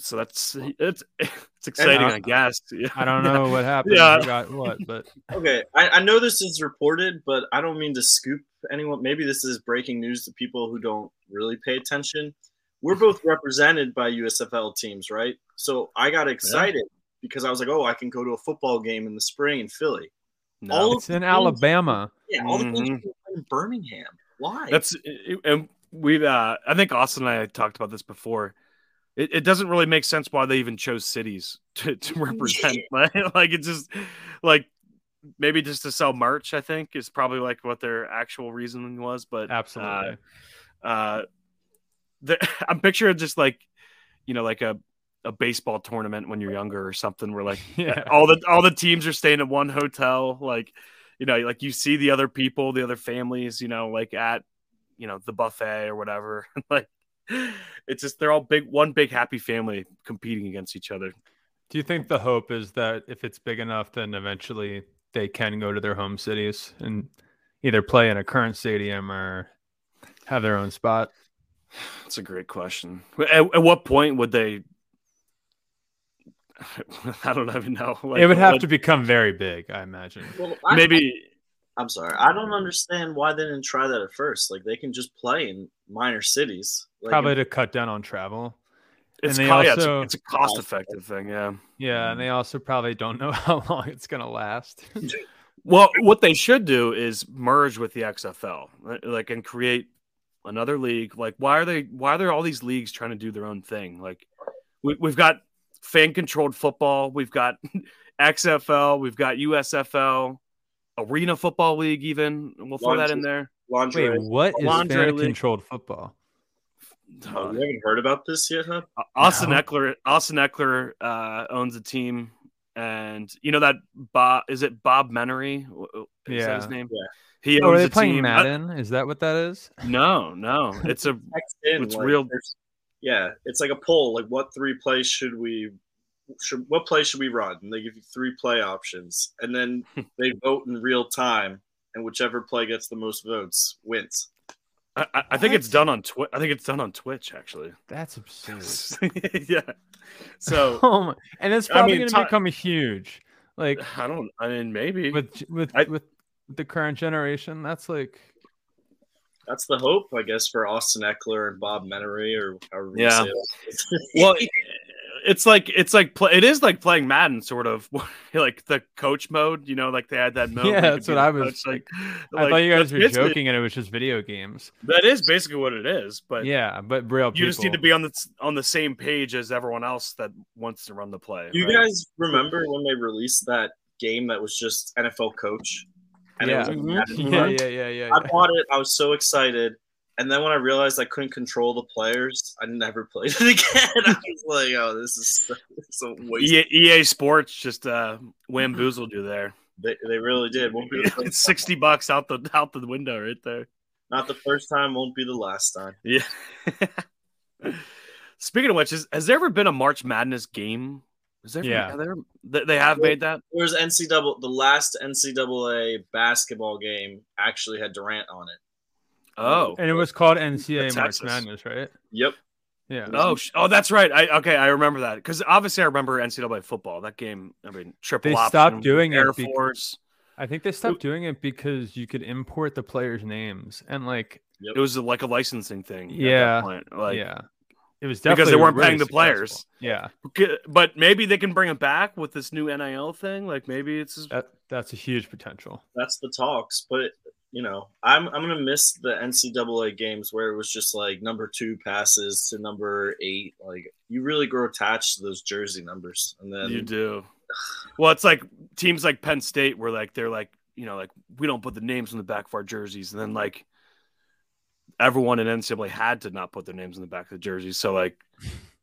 [SPEAKER 1] so that's it's it's exciting, I guess. Yeah.
[SPEAKER 3] I don't know what happened.
[SPEAKER 1] Yeah.
[SPEAKER 3] who got what, but
[SPEAKER 2] Okay, I, I know this is reported, but I don't mean to scoop anyone. Maybe this is breaking news to people who don't really pay attention. We're both represented by USFL teams, right? So I got excited because I was like, oh, I can go to a football game in the spring in Philly.
[SPEAKER 1] No.
[SPEAKER 2] All
[SPEAKER 3] it's in Alabama.
[SPEAKER 2] Yeah, all the
[SPEAKER 1] Mhm.
[SPEAKER 2] games are in Birmingham. Why?
[SPEAKER 1] That's and we've uh, I think Austin and I had talked about this before. It, it doesn't really make sense why they even chose cities to, to represent. like, like it's just like maybe just to sell merch. I think is probably like what their actual reasoning was. But
[SPEAKER 3] Absolutely.
[SPEAKER 1] uh, uh, the, I'm picturing just like you know like a a baseball tournament when you're younger or something where like
[SPEAKER 3] yeah.
[SPEAKER 1] all the all the teams are staying at one hotel like you know like you see the other people the other families you know like at you know the buffet or whatever like it's just they're all big one big happy family competing against each other
[SPEAKER 3] Do you think the hope is that if it's big enough, then eventually they can go to their home cities and either play in a current stadium or have their own spot?
[SPEAKER 1] that's a great question at, at what point would they i don't even know like,
[SPEAKER 3] it would have
[SPEAKER 1] like,
[SPEAKER 3] to become very big, I imagine.
[SPEAKER 2] Well, I-
[SPEAKER 1] maybe
[SPEAKER 2] I'm sorry. I don't understand why they didn't try that at first. Like they can just play in minor cities. Like,
[SPEAKER 3] Probably to cut down on travel.
[SPEAKER 1] it's,
[SPEAKER 3] And they
[SPEAKER 1] co- yeah, it's a-
[SPEAKER 3] also-
[SPEAKER 1] it's a cost effective thing yeah
[SPEAKER 3] Yeah, and they also probably don't know how long it's gonna last.
[SPEAKER 1] Well, what they should do is merge with the XFL, li- uh, like, and create another league. Like, why are they? Why are there all these leagues trying to do their own thing? Like, we, we've got fan-controlled football, we've got XFL, we've got USFL, Arena Football League. Even we'll throw that in there.
[SPEAKER 2] lingerie.
[SPEAKER 3] Wait, what is
[SPEAKER 1] Laundry league.
[SPEAKER 3] fan-controlled football?
[SPEAKER 2] Oh, you haven't heard about this yet, huh?
[SPEAKER 1] Uh, Austin
[SPEAKER 3] No.
[SPEAKER 1] Eckler, Austin Eckler uh, owns a team, and you know that Bob is it Bob Menery? W- w- Is that his
[SPEAKER 3] Yeah.
[SPEAKER 1] name?
[SPEAKER 2] Yeah.
[SPEAKER 1] He
[SPEAKER 3] Oh,
[SPEAKER 1] owns
[SPEAKER 3] are they
[SPEAKER 1] a
[SPEAKER 3] playing
[SPEAKER 1] team. I-
[SPEAKER 3] Madden? Is that what that is?
[SPEAKER 1] No, no, it's a
[SPEAKER 2] Text in,
[SPEAKER 1] It's real-
[SPEAKER 2] there's- Yeah, it's like a poll. Like, what three plays should we? Should what play should we run? And they give you three play options, and then they vote in real time, and whichever play gets the most votes wins.
[SPEAKER 1] I, I- I think
[SPEAKER 3] What?
[SPEAKER 1] it's done on Twitch. I think it's done on Twitch actually.
[SPEAKER 3] That's absurd.
[SPEAKER 1] yeah. So
[SPEAKER 3] oh my, and it's
[SPEAKER 1] I
[SPEAKER 3] probably
[SPEAKER 1] mean, ti-
[SPEAKER 3] gonna become huge. Like
[SPEAKER 1] I don't. I mean, maybe.
[SPEAKER 3] with with
[SPEAKER 1] I-
[SPEAKER 3] with the current generation, that's like
[SPEAKER 2] That's the hope, I guess, for Austin Eckler and Bob Menery, or however you
[SPEAKER 1] Yeah.
[SPEAKER 2] say it.
[SPEAKER 1] well, it's like it's like play, it is like playing Madden, sort of like the coach mode. You know, like they had that mode. where
[SPEAKER 3] Yeah,
[SPEAKER 1] you could
[SPEAKER 3] that's
[SPEAKER 1] be
[SPEAKER 3] what
[SPEAKER 1] the
[SPEAKER 3] I was,
[SPEAKER 1] coach,
[SPEAKER 3] I thought you guys
[SPEAKER 1] that's
[SPEAKER 3] were
[SPEAKER 1] basically-
[SPEAKER 3] joking, and it was just video games.
[SPEAKER 1] That is basically what it is. But
[SPEAKER 3] yeah, but real
[SPEAKER 1] you just need to
[SPEAKER 3] people.
[SPEAKER 1] be on the on the same page as everyone else that wants to run the play.
[SPEAKER 2] Do you
[SPEAKER 1] right?
[SPEAKER 2] guys remember when they released that game that was just NFL Coach? it was
[SPEAKER 3] Yeah.
[SPEAKER 1] Mhm.
[SPEAKER 2] Madden
[SPEAKER 1] be-
[SPEAKER 3] Yeah,
[SPEAKER 2] Run?
[SPEAKER 3] yeah, yeah, yeah.
[SPEAKER 2] I bought it. I was so excited, and then when I realized I couldn't control the players, I never played it again. I was like, "Oh, this is so, this is
[SPEAKER 1] E
[SPEAKER 2] a waste."
[SPEAKER 1] EA, EA Sports just uh, bamboozled you there.
[SPEAKER 2] They, they really did. Won't be the first,
[SPEAKER 1] it's sixty bucks out the out the window right there.
[SPEAKER 2] not the first time. Won't be the last time.
[SPEAKER 1] Yeah. Speaking of which, is, has there ever been a March Madness game? Is there?
[SPEAKER 3] Yeah.
[SPEAKER 1] are there- they, they have made that.
[SPEAKER 2] There was NCAA. The last NCAA basketball game actually had Durant on it.
[SPEAKER 1] Oh.
[SPEAKER 3] and it was called NCAA
[SPEAKER 1] For
[SPEAKER 3] March
[SPEAKER 1] Texas.
[SPEAKER 3] Madness, right?
[SPEAKER 2] Yep.
[SPEAKER 3] Yeah.
[SPEAKER 1] Oh, sh- oh, that's right. I okay, I remember that because obviously I remember NCAA football. That game, I mean, triple.
[SPEAKER 3] They
[SPEAKER 1] option,
[SPEAKER 3] stopped doing it
[SPEAKER 1] Air
[SPEAKER 3] bec-
[SPEAKER 1] Force.
[SPEAKER 3] I think they stopped doing it because you could import the players' names and like
[SPEAKER 1] It was like a licensing thing. at that
[SPEAKER 3] Yeah.
[SPEAKER 1] point. Like,
[SPEAKER 3] yeah. It was
[SPEAKER 1] Because they
[SPEAKER 3] definitely
[SPEAKER 1] weren't
[SPEAKER 3] really
[SPEAKER 1] paying the players.
[SPEAKER 3] successful. Yeah.
[SPEAKER 1] Okay, but maybe they can bring it back with this new NIL thing. Like maybe it's just,
[SPEAKER 3] That that's a huge potential.
[SPEAKER 2] that's the talks. But you know, I'm I'm gonna miss the NCAA games where it was just like number two passes to number eight. Like you really grow attached to those jersey numbers, and then
[SPEAKER 1] you do. Well, it's like teams like Penn State were like they're like you know like we don't put the names on the back of our jerseys, and then like everyone in NCAA had to not put their names on the back of the jerseys. So like,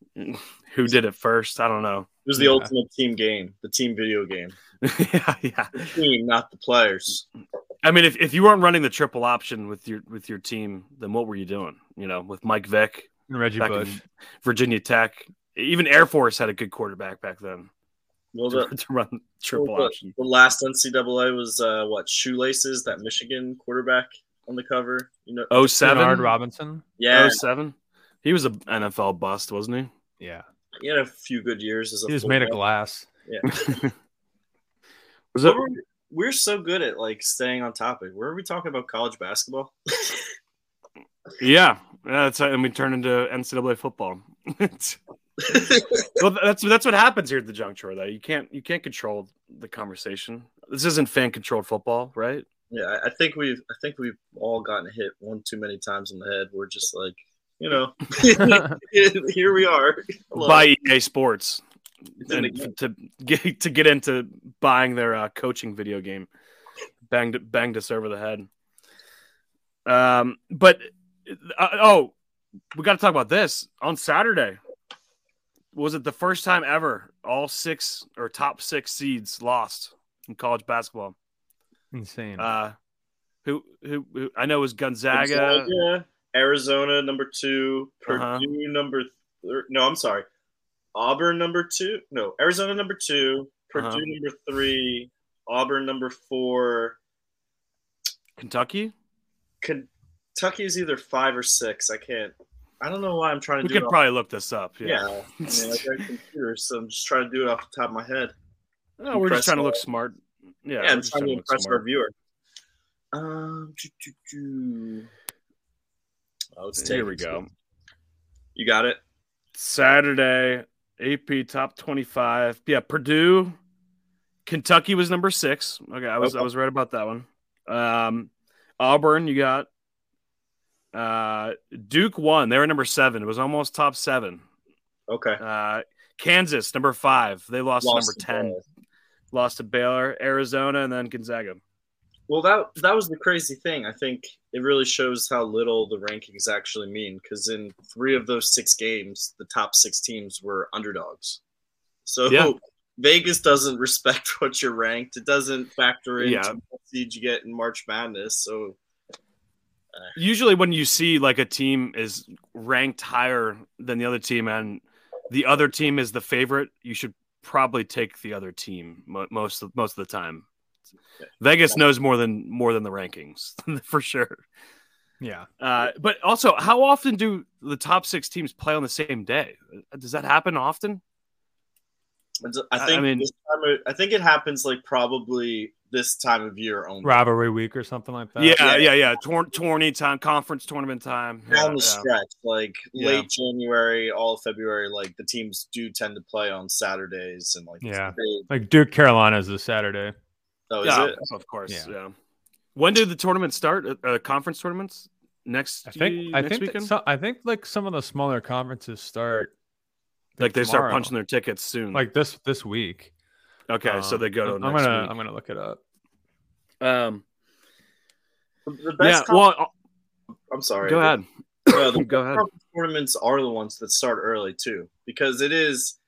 [SPEAKER 1] who did it first? I don't know.
[SPEAKER 2] it was the
[SPEAKER 3] Yeah.
[SPEAKER 2] ultimate team game, the team video game,
[SPEAKER 1] yeah, yeah.
[SPEAKER 2] the team, not the players.
[SPEAKER 1] I mean, if, if you weren't running the triple option with your with your team, then what were you doing? You know, with Mike Vick,
[SPEAKER 3] And Reggie
[SPEAKER 1] Back in-
[SPEAKER 3] Bush.
[SPEAKER 1] Virginia Tech, even Air Force had a good quarterback back then
[SPEAKER 2] Well,
[SPEAKER 1] to,
[SPEAKER 2] the,
[SPEAKER 1] to run triple
[SPEAKER 2] well,
[SPEAKER 1] option.
[SPEAKER 2] the last NCAA was uh, what shoelaces that Michigan quarterback on the cover. You know,
[SPEAKER 1] Oh
[SPEAKER 3] Bernard
[SPEAKER 1] seven,
[SPEAKER 3] Robinson.
[SPEAKER 2] yeah,
[SPEAKER 1] oh seven. He was a NFL bust, wasn't he?
[SPEAKER 3] Yeah.
[SPEAKER 2] he had a few good years as a
[SPEAKER 3] Oh. He was made of
[SPEAKER 2] fullback.
[SPEAKER 3] glass.
[SPEAKER 1] Was
[SPEAKER 2] What
[SPEAKER 1] it?
[SPEAKER 2] were we- We're so good at like staying on topic. Where are we talking about college basketball?
[SPEAKER 1] Yeah, yeah. That's and we turn into NCAA football. well, that's that's what happens here at the juncture, though. You can't you can't control the conversation. This isn't fan controlled football, right?
[SPEAKER 2] Yeah, I I think we've I think we've all gotten hit one too many times in the head. We're just like, you know, here we are. Hello.
[SPEAKER 1] By EA E Sports,
[SPEAKER 2] in the
[SPEAKER 1] and f- to get to get into buying their uh, coaching video game. Banged banged us over the head. Um, but uh, oh, we got to talk about this on Saturday. Was it the first time ever all six or top six seeds lost in college basketball?
[SPEAKER 3] Insane.
[SPEAKER 1] Uh, who, who who I know is Gonzaga.
[SPEAKER 2] Gonzaga, Arizona number two, Purdue
[SPEAKER 1] Uh-huh.
[SPEAKER 2] number thir- no, I'm sorry, Auburn number two, no, Arizona number two, Purdue
[SPEAKER 1] Uh-huh.
[SPEAKER 2] number three, Auburn number four.
[SPEAKER 1] Kentucky.
[SPEAKER 2] Kentucky's either five or six. I can't. I don't know why I'm trying to
[SPEAKER 1] We
[SPEAKER 2] do
[SPEAKER 1] could
[SPEAKER 2] it. off-
[SPEAKER 1] probably look this up.
[SPEAKER 2] yeah,
[SPEAKER 1] Yeah,
[SPEAKER 2] I mean, I got a computer, so I'm just trying to do it off the top of my head.
[SPEAKER 1] No, we're just
[SPEAKER 2] Impress
[SPEAKER 1] trying to
[SPEAKER 2] all-
[SPEAKER 1] look smart. Yeah,
[SPEAKER 2] Yeah,
[SPEAKER 1] we're
[SPEAKER 2] I'm
[SPEAKER 1] just
[SPEAKER 2] trying to
[SPEAKER 1] look
[SPEAKER 2] impress our
[SPEAKER 1] smart.
[SPEAKER 2] viewer. Um, do, do, do. Oh, it's
[SPEAKER 1] Here we
[SPEAKER 2] taking-
[SPEAKER 1] go.
[SPEAKER 2] You got it.
[SPEAKER 1] Saturday, AP top twenty-five. Yeah, Purdue, Kentucky was number six. Okay, I was I
[SPEAKER 2] Okay.
[SPEAKER 1] was right about that one. Um, Auburn, you got uh, Duke one. They were number seven. It was almost top seven.
[SPEAKER 2] Okay.
[SPEAKER 1] Uh, Kansas number five. They lost,
[SPEAKER 2] Lost
[SPEAKER 1] to
[SPEAKER 2] the
[SPEAKER 1] number ten.
[SPEAKER 2] ball.
[SPEAKER 1] Lost to Baylor, Arizona, and then Gonzaga.
[SPEAKER 2] Well, that that was the crazy thing. I think it really shows how little the rankings actually mean because in three of those six games, the top six teams were underdogs. So
[SPEAKER 1] Yeah.
[SPEAKER 2] Vegas doesn't respect what you're ranked. It doesn't factor into
[SPEAKER 1] Yeah.
[SPEAKER 2] what seed you get in March Madness. So
[SPEAKER 1] usually when you see like a team is ranked higher than the other team and the other team is the favorite you should probably take the other team mo- most of, most of the time vegas knows more than more than the rankings for sure
[SPEAKER 3] yeah.
[SPEAKER 1] uh, but also how often do the top six teams play on the same day does that happen often
[SPEAKER 2] it's-
[SPEAKER 1] I-
[SPEAKER 2] I think
[SPEAKER 1] I mean-
[SPEAKER 2] this time of- I think it happens like probably this time of year only.
[SPEAKER 3] Rivalry week or something like that.
[SPEAKER 1] yeah, yeah
[SPEAKER 2] yeah.
[SPEAKER 1] yeah Torn, tourney time conference tournament time
[SPEAKER 2] down the
[SPEAKER 1] Yeah, yeah.
[SPEAKER 2] stretch, like
[SPEAKER 1] Yeah.
[SPEAKER 2] late January, all of February, like the teams do tend to play on Saturdays and like it's
[SPEAKER 3] Yeah.
[SPEAKER 2] big.
[SPEAKER 3] Like Duke Carolina is this Saturday.
[SPEAKER 2] Oh, is
[SPEAKER 1] yeah
[SPEAKER 2] it?
[SPEAKER 1] of course yeah.
[SPEAKER 3] Yeah.
[SPEAKER 1] when do the tournaments start uh, uh, conference tournaments next
[SPEAKER 3] I
[SPEAKER 1] ye-
[SPEAKER 3] think I
[SPEAKER 1] next
[SPEAKER 3] think that
[SPEAKER 1] weekend?
[SPEAKER 3] so, I think like some of the smaller conferences start
[SPEAKER 1] like they start
[SPEAKER 3] tomorrow.
[SPEAKER 1] punching their tickets soon.
[SPEAKER 3] like this this week.
[SPEAKER 1] okay, so
[SPEAKER 3] Um,
[SPEAKER 1] they go to
[SPEAKER 3] I'm
[SPEAKER 1] next
[SPEAKER 3] gonna
[SPEAKER 1] week.
[SPEAKER 3] I'm gonna look it up.
[SPEAKER 1] Um,
[SPEAKER 2] The
[SPEAKER 1] yeah,
[SPEAKER 2] best
[SPEAKER 1] well, uh,
[SPEAKER 2] I'm sorry.
[SPEAKER 1] go ahead,
[SPEAKER 2] No, the
[SPEAKER 1] go ahead.
[SPEAKER 2] conference tournaments are the ones that start early too, because it is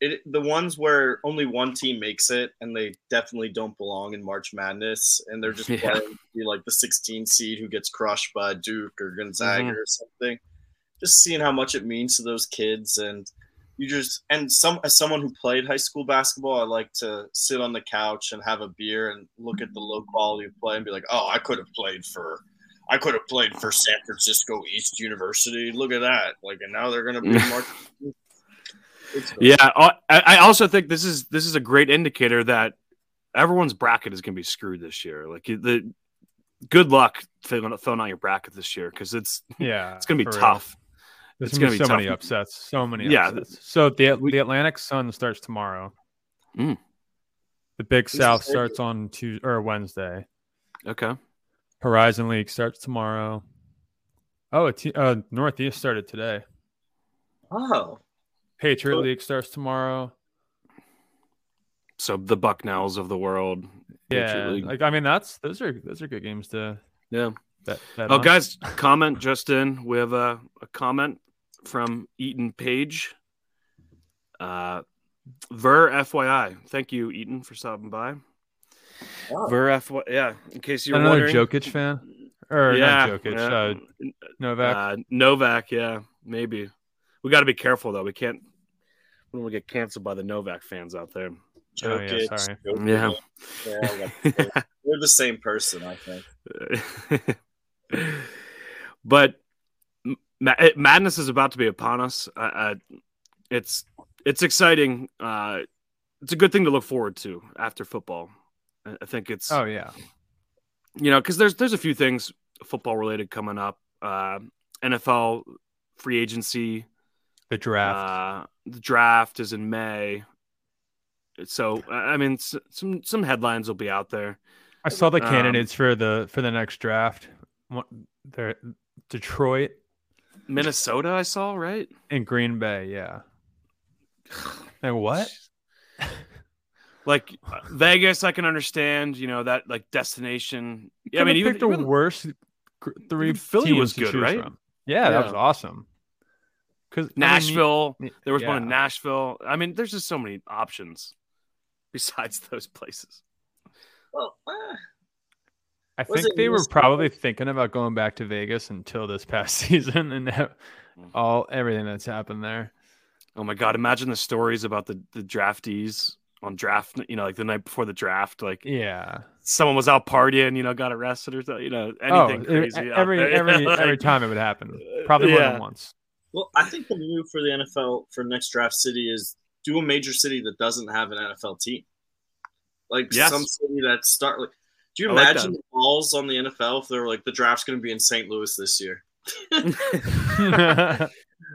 [SPEAKER 2] it the ones where only one team makes it, and they definitely don't belong in March Madness, and they're just
[SPEAKER 1] Yeah.
[SPEAKER 2] playing to be like the 16 seed who gets crushed by Duke or Gonzaga
[SPEAKER 1] Mhm.
[SPEAKER 2] or something. Just seeing how much it means to those kids, and you just and some as someone who played high school basketball, I like to sit on the couch and have a beer and look at the low quality of play and be like, oh, I could have played for. I could have played for San Francisco East University. Look at that! Like, and now they're going to be. March. It's-
[SPEAKER 1] Yeah, uh, I, I also think this is this is a great indicator that everyone's bracket is going to be screwed this year. Like you- the good luck filling filling out your bracket this year because it's
[SPEAKER 3] Yeah,
[SPEAKER 1] it's going to be
[SPEAKER 3] for real.
[SPEAKER 1] tough.
[SPEAKER 3] There's
[SPEAKER 1] It's
[SPEAKER 3] gonna,
[SPEAKER 1] gonna
[SPEAKER 3] be,
[SPEAKER 1] be
[SPEAKER 3] so
[SPEAKER 1] tough.
[SPEAKER 3] many upsets. So many.
[SPEAKER 1] Yeah,
[SPEAKER 3] upsets. So the
[SPEAKER 1] we-
[SPEAKER 3] the Atlantic Sun starts tomorrow.
[SPEAKER 1] Mm.
[SPEAKER 3] The Big
[SPEAKER 2] is
[SPEAKER 3] South
[SPEAKER 2] crazy.
[SPEAKER 3] starts on Tuesday or Wednesday.
[SPEAKER 1] Okay,
[SPEAKER 3] Horizon League starts tomorrow. Oh, a te- uh, Northeast started today.
[SPEAKER 2] Oh,
[SPEAKER 3] Patriot
[SPEAKER 2] Cool.
[SPEAKER 3] League starts tomorrow.
[SPEAKER 1] so the Bucknells of the world. Patriot
[SPEAKER 3] Yeah,
[SPEAKER 1] League.
[SPEAKER 3] like I mean, that's those are those are good games to
[SPEAKER 1] yeah.
[SPEAKER 3] bet. bet
[SPEAKER 1] Oh,
[SPEAKER 3] on.
[SPEAKER 1] guys, comment just in. We have a, a comment from Eaton Page. Uh, Ver FYI. Thank you, Eaton, for stopping by.
[SPEAKER 2] wow.
[SPEAKER 1] Ver FYI. Yeah, in case you're
[SPEAKER 3] another
[SPEAKER 1] wondering.
[SPEAKER 3] Jokic fan or
[SPEAKER 1] yeah,
[SPEAKER 3] not Jokic, uh,
[SPEAKER 1] yeah.
[SPEAKER 3] Novak.
[SPEAKER 1] Uh, Novak. Yeah, maybe. We got to be careful, though. We can't. We don't wanna get canceled by the Novak fans out there.
[SPEAKER 3] Oh, yeah,
[SPEAKER 2] Jokic,
[SPEAKER 3] sorry.
[SPEAKER 2] Jokic.
[SPEAKER 1] Yeah.
[SPEAKER 2] Yeah, like, they're- they're the same person, I think.
[SPEAKER 1] but ma- it- madness is about to be upon us. I, I, it's it's exciting. Uh, it's a good thing to look forward to after football. I I think it's
[SPEAKER 3] oh yeah,
[SPEAKER 1] you know because there's there's a few things football related coming up. Uh, NFL free agency,
[SPEAKER 3] the draft.
[SPEAKER 1] uh, the draft is in May. So I I mean, s- some some headlines will be out there.
[SPEAKER 3] I saw the
[SPEAKER 1] um,
[SPEAKER 3] candidates for the for the next draft. One- They're Detroit
[SPEAKER 1] Minnesota, I saw right.
[SPEAKER 3] and Green Bay. Yeah, Like what?
[SPEAKER 1] Like Vegas, I can understand. You know that like destination. Yeah, I mean,
[SPEAKER 3] you
[SPEAKER 1] even,
[SPEAKER 3] picked the
[SPEAKER 1] even-
[SPEAKER 3] worst gr- three.
[SPEAKER 1] even Philly
[SPEAKER 3] teams
[SPEAKER 1] was
[SPEAKER 3] to
[SPEAKER 1] good,
[SPEAKER 3] choose
[SPEAKER 1] right?
[SPEAKER 3] from. Yeah, that
[SPEAKER 1] Yeah.
[SPEAKER 3] was awesome. Because
[SPEAKER 1] Nashville. There was one in
[SPEAKER 3] Yeah.
[SPEAKER 1] Nashville. I mean, there's just so many options besides those places.
[SPEAKER 2] Well, eh,
[SPEAKER 3] I
[SPEAKER 2] Was
[SPEAKER 3] think
[SPEAKER 2] it
[SPEAKER 3] they were
[SPEAKER 2] Minnesota?
[SPEAKER 3] probably thinking about going back to Vegas until this past season and that-
[SPEAKER 1] Mm.
[SPEAKER 3] all everything that's happened there.
[SPEAKER 1] Oh my god! Imagine the stories about the the draftees on draft. You know, like the night before the draft, like
[SPEAKER 3] Yeah.
[SPEAKER 1] someone was out partying. You know, got arrested or something. You know, anything
[SPEAKER 3] oh, e-
[SPEAKER 1] crazy. out
[SPEAKER 3] every
[SPEAKER 1] there, you
[SPEAKER 3] every
[SPEAKER 1] know, like-
[SPEAKER 3] every time it would happen. Probably more
[SPEAKER 1] Yeah.
[SPEAKER 3] than once.
[SPEAKER 2] well, I think the move for the NFL for next draft city is do a major city that doesn't have an NFL team, like
[SPEAKER 1] Yes.
[SPEAKER 2] some city that start. Like, do you
[SPEAKER 1] I like
[SPEAKER 2] imagine
[SPEAKER 1] that.
[SPEAKER 2] the balls on the NFL if they were like the draft's going to be in St. Louis this year?
[SPEAKER 3] yeah,
[SPEAKER 2] That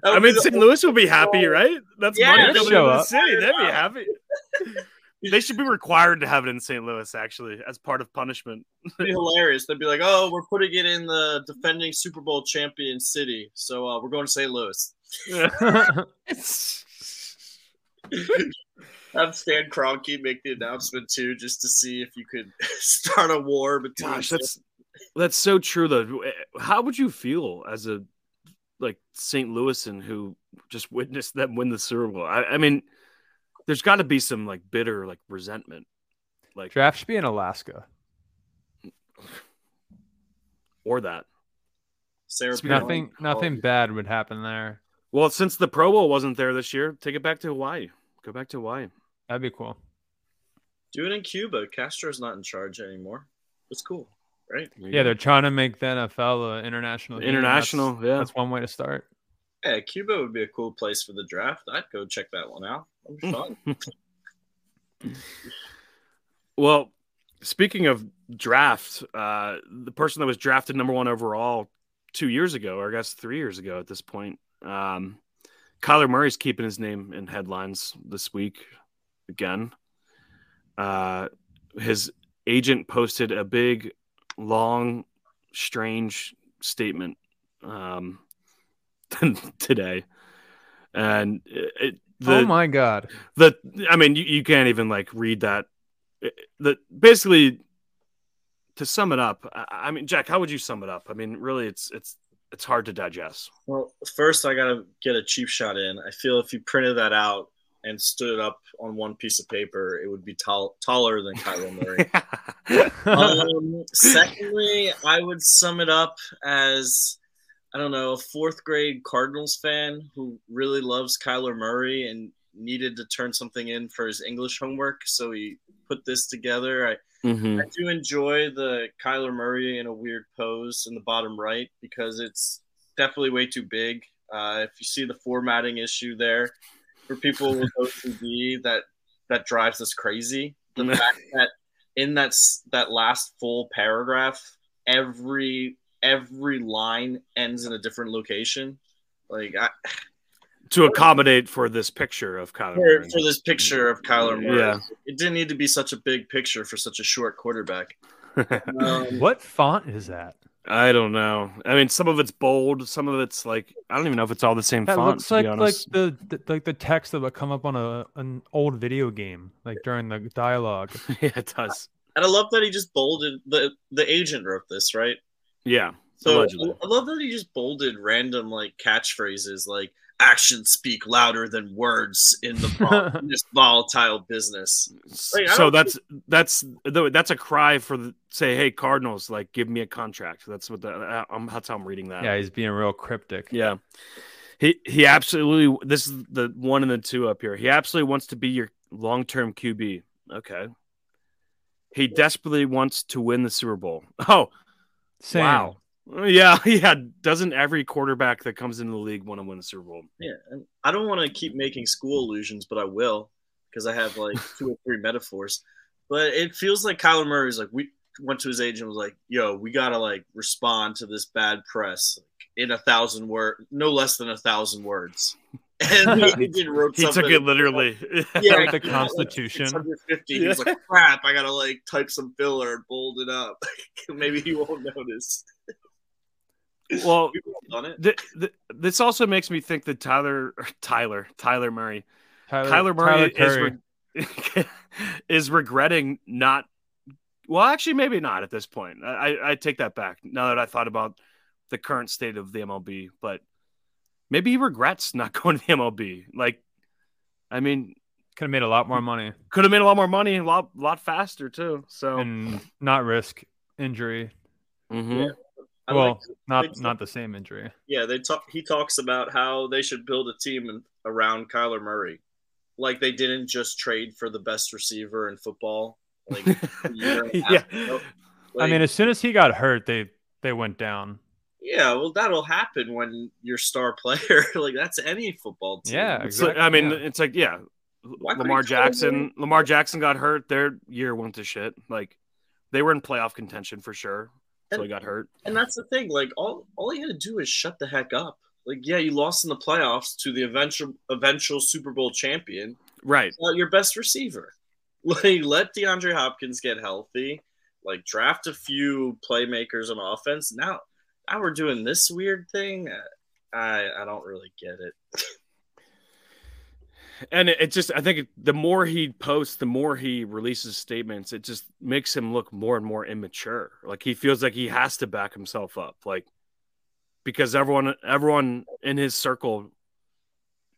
[SPEAKER 1] I
[SPEAKER 2] would be
[SPEAKER 1] mean,
[SPEAKER 2] the
[SPEAKER 1] St. Louis will be happy, right? That's
[SPEAKER 2] Yeah,
[SPEAKER 1] money
[SPEAKER 3] they'll
[SPEAKER 1] coming
[SPEAKER 3] show
[SPEAKER 1] into the
[SPEAKER 3] up.
[SPEAKER 1] city. They'd be happy. they should be required to have it in St. Louis, actually, as part of punishment.
[SPEAKER 2] It'd be hilarious. They'd be like, "Oh, we're putting it in the defending Super Bowl champion city, so uh, we're going to St. Louis." Have Stan Kroenke make the announcement too, just to see if you could start a war between.
[SPEAKER 1] Gosh, that's that's so true. Though, eh, how would you feel as a like St. Louisan who just witnessed them win the Super Bowl? I, I mean, there's got to be some like bitter like resentment. Like
[SPEAKER 3] draft should be in Alaska.
[SPEAKER 1] or that.
[SPEAKER 2] Sarah
[SPEAKER 1] Speaking of-
[SPEAKER 3] Nothing nothing bad would happen there.
[SPEAKER 1] Well, since the Pro Bowl wasn't there this year, take it back to Hawaii. Go back to Hawaii.
[SPEAKER 3] That'd be cool.
[SPEAKER 2] Do it in Cuba. Castro's not in charge anymore. It's cool, right?
[SPEAKER 3] Yeah, they're trying to make the NFL an international. game.
[SPEAKER 1] International,
[SPEAKER 3] That's,
[SPEAKER 1] yeah.
[SPEAKER 3] that's one way to start.
[SPEAKER 2] Yeah, Cuba would be a cool place for the draft. I'd go check that one out. That'd be fun.
[SPEAKER 1] Well, speaking of draft, uh, the person that was drafted number one overall two years ago, or I guess three years ago at this point, um, Kyler Murray's keeping his name in headlines this week again. Uh, his agent posted a big, long, strange statement um, today, and it, it- the
[SPEAKER 3] oh my god.
[SPEAKER 1] the i mean you, you can't even like read that that basically to sum it up I, I mean jack how would you sum it up i mean really it's it's it's hard to digest
[SPEAKER 2] Well, first I gotta get a cheap shot in. I feel if you printed that out and stood it up on one piece of paper, it would be tall, taller than Kyler Murray.
[SPEAKER 3] Mm-hmm.
[SPEAKER 1] Uh,
[SPEAKER 2] um, secondly, I would sum it up as I don't know a fourth grade Cardinals fan who really loves Kyler Murray and needed to turn something in for his English homework, so he put this together. I I do enjoy the Kyler Murray in a weird pose in the bottom right because it's definitely way too big. Uh, if you see the formatting issue there for people with OCD, that that drives us crazy. The fact that in that s- that last full paragraph, every every line ends in a different location. Like I,
[SPEAKER 1] to accommodate for this picture of Kyler
[SPEAKER 2] for,
[SPEAKER 1] Murray.
[SPEAKER 2] for this picture of Kyler Murray,
[SPEAKER 1] Yeah.
[SPEAKER 2] it didn't need to be such a big picture for such a short quarterback. Um,
[SPEAKER 3] what font is that?
[SPEAKER 1] I don't know. I mean, some of it's bold, some of it's like I don't even know if it's all the same
[SPEAKER 3] That
[SPEAKER 1] font.
[SPEAKER 3] looks
[SPEAKER 1] to be
[SPEAKER 3] like like
[SPEAKER 1] honest.
[SPEAKER 3] the, the like the text that would come up on a an old video game, like during the dialogue.
[SPEAKER 1] yeah, it does.
[SPEAKER 2] And I love that he just bolded the the agent wrote this, right?
[SPEAKER 1] Yeah,
[SPEAKER 2] So
[SPEAKER 1] Allegedly.
[SPEAKER 2] I love that he just bolded random like catchphrases like actions speak louder than words in the vol- in this volatile business. Wait, I
[SPEAKER 1] so
[SPEAKER 2] don't
[SPEAKER 1] that's that's though that's a cry for the, say, hey Cardinals, like give me a contract. That's what the, I, I'm that's how I'm reading that.
[SPEAKER 3] Yeah, he's being real cryptic.
[SPEAKER 1] Yeah. He he absolutely this is the one and the two up here. He absolutely wants to be your long-term QB. Okay. He desperately wants to win the Super Bowl. Oh,
[SPEAKER 3] Same.
[SPEAKER 1] Wow. yeah, yeah. Doesn't every quarterback that comes into the league want to win the Super Bowl?
[SPEAKER 2] Yeah, and I don't want to keep making school illusions, but I will because I have like two or three metaphors. But it feels like Kyler Murray's like we went to his agent and was like, "Yo, we gotta like respond to this bad press in a thousand word, no less than a thousand words." And the agent wrote
[SPEAKER 1] He
[SPEAKER 2] something.
[SPEAKER 1] took it literally.
[SPEAKER 2] Yeah,
[SPEAKER 3] Like the
[SPEAKER 2] yeah,
[SPEAKER 3] Constitution.
[SPEAKER 2] 650. He was like, "Crap, I gotta like type some filler and bold it up. Maybe he won't notice."
[SPEAKER 1] well,
[SPEAKER 2] We've all done it.
[SPEAKER 1] th- th- this also makes me think that Tyler Tyler Tyler Murray
[SPEAKER 3] Tyler,
[SPEAKER 1] Kyler Murray
[SPEAKER 3] Tyler
[SPEAKER 1] is re- is regretting not. Well, actually, maybe not at this point. I, I I take that back. Now that I thought about the current state of the MLB, but maybe he regrets not going to the MLB. Like, I mean,
[SPEAKER 3] could have made a lot more money
[SPEAKER 1] could have made a lot more money and a lot lot faster too. So
[SPEAKER 3] and not risk injury. Mm-hmm.
[SPEAKER 1] Mhm.
[SPEAKER 2] I
[SPEAKER 3] well,
[SPEAKER 2] like-
[SPEAKER 3] not
[SPEAKER 2] it's-
[SPEAKER 3] not the same injury.
[SPEAKER 2] yeah, they talk. He talks about how they should build a team in, around Kyler Murray, like they didn't just trade for the best receiver in football. Like, year and a half
[SPEAKER 1] yeah,
[SPEAKER 2] ago.
[SPEAKER 3] I
[SPEAKER 2] Like,
[SPEAKER 3] mean, as soon as he got hurt, they they went down.
[SPEAKER 2] yeah, well, that'll happen when your star player, like that's any football team.
[SPEAKER 3] Yeah,
[SPEAKER 1] It's like- I mean, it's like yeah, Lamar
[SPEAKER 2] couldn't he call him?
[SPEAKER 1] Jackson. Lamar Jackson got hurt. Their year went to shit. Like they were in playoff contention for sure. So he got hurt.
[SPEAKER 2] And that's the thing. Like all, all he had to do is shut the heck up. Like yeah, you lost in the playoffs to the eventual eventual Super Bowl champion,
[SPEAKER 1] Right.
[SPEAKER 2] uh, your best receiver. Like let DeAndre Hopkins get healthy. Like draft a few playmakers on offense. Now, now we're doing this weird thing. uh, I I don't really get it.
[SPEAKER 1] And it, it just, I think it, the more he posts, the more he releases statements, it just makes him look more and more immature. Like he feels like he has to back himself up, like because everyone, everyone in his circle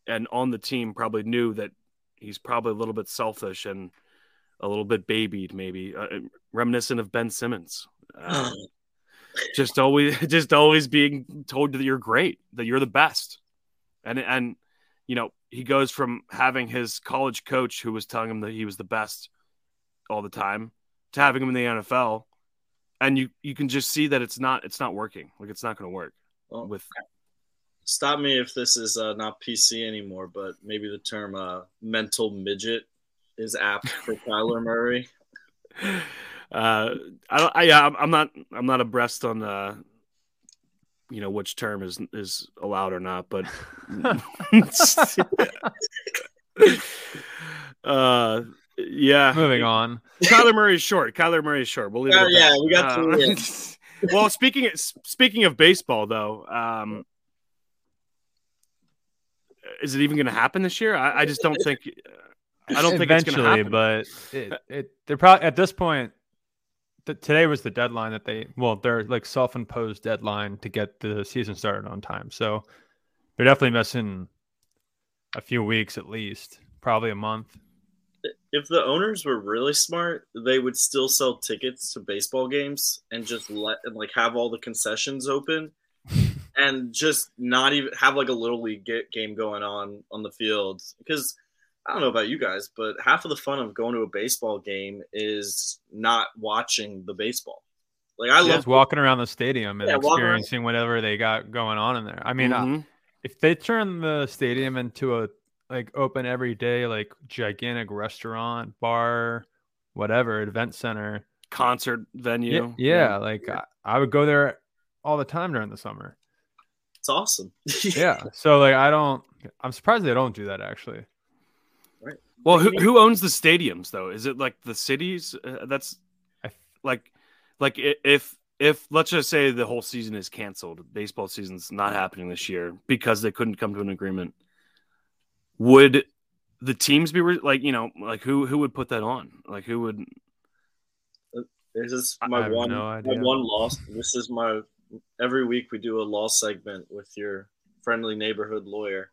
[SPEAKER 1] and on the team probably knew that he's probably a little bit selfish and a little bit babied, maybe uh, reminiscent of Ben Simmons. Uh,
[SPEAKER 2] Um,
[SPEAKER 1] just always, just always being told that you're great, that you're the best, and and you know, he goes from having his college coach who was telling him that he was the best all the time to having him in the NFL. And you, you can just see that it's not it's not working. Like it's not going to work
[SPEAKER 2] Well,
[SPEAKER 1] with
[SPEAKER 2] stop me if this is uh, not PC anymore, but maybe the term uh, mental midget is apt for Kyler Murray.
[SPEAKER 1] uh, I, don't- I yeah, I'm- I'm not I'm not abreast on uh, you know which term is is allowed or not, but uh, yeah.
[SPEAKER 3] Moving on.
[SPEAKER 1] Kyler Murray is short. Kyler Murray is short. We'll leave it.
[SPEAKER 2] Oh,
[SPEAKER 1] at
[SPEAKER 2] yeah,
[SPEAKER 1] that.
[SPEAKER 2] we got
[SPEAKER 1] Uh,
[SPEAKER 2] through
[SPEAKER 1] well, speaking of, speaking of baseball, though, um, is it even going to happen this year? I, I just don't think. I don't think it's going to
[SPEAKER 3] Eventually,
[SPEAKER 1] happen.
[SPEAKER 3] but it, it they're probably at this point. Th- today was the deadline that they well their like self-imposed deadline to get the season started on time. So they're definitely missing a few weeks at least, probably a month.
[SPEAKER 2] If the owners were really smart, they would still sell tickets to baseball games and just let and like have all the concessions open and just not even have like a little league ga- game going on on the field because I don't know about you guys, but half of the fun of going to a baseball game is not watching the baseball. Like I
[SPEAKER 3] Yeah,
[SPEAKER 2] love
[SPEAKER 3] Just walking around the stadium and
[SPEAKER 2] Yeah, walk around.
[SPEAKER 3] experiencing whatever they got going on in there. I mean, I-
[SPEAKER 1] Mhm.
[SPEAKER 3] if they turn the stadium into a like open every day, like gigantic restaurant, bar, whatever, event center.
[SPEAKER 1] concert venue.
[SPEAKER 3] Yeah, yeah, like I, I would go there all the time during the summer.
[SPEAKER 2] it's awesome.
[SPEAKER 3] Yeah. so like I don't I'm surprised they don't do that actually.
[SPEAKER 1] Well, who, who owns the stadiums though? Is it like the cities? Uh, that's
[SPEAKER 3] I-
[SPEAKER 1] like, like i- if if let's just say the whole season is canceled, baseball season's not happening this year because they couldn't come to an agreement. Would the teams be re- like you know like who who would put that on? Like who would?
[SPEAKER 2] This is
[SPEAKER 1] I
[SPEAKER 2] my
[SPEAKER 3] have
[SPEAKER 2] one,
[SPEAKER 3] no
[SPEAKER 2] my
[SPEAKER 3] idea.
[SPEAKER 2] one loss. This is my every week we do a law segment with your friendly neighborhood lawyer.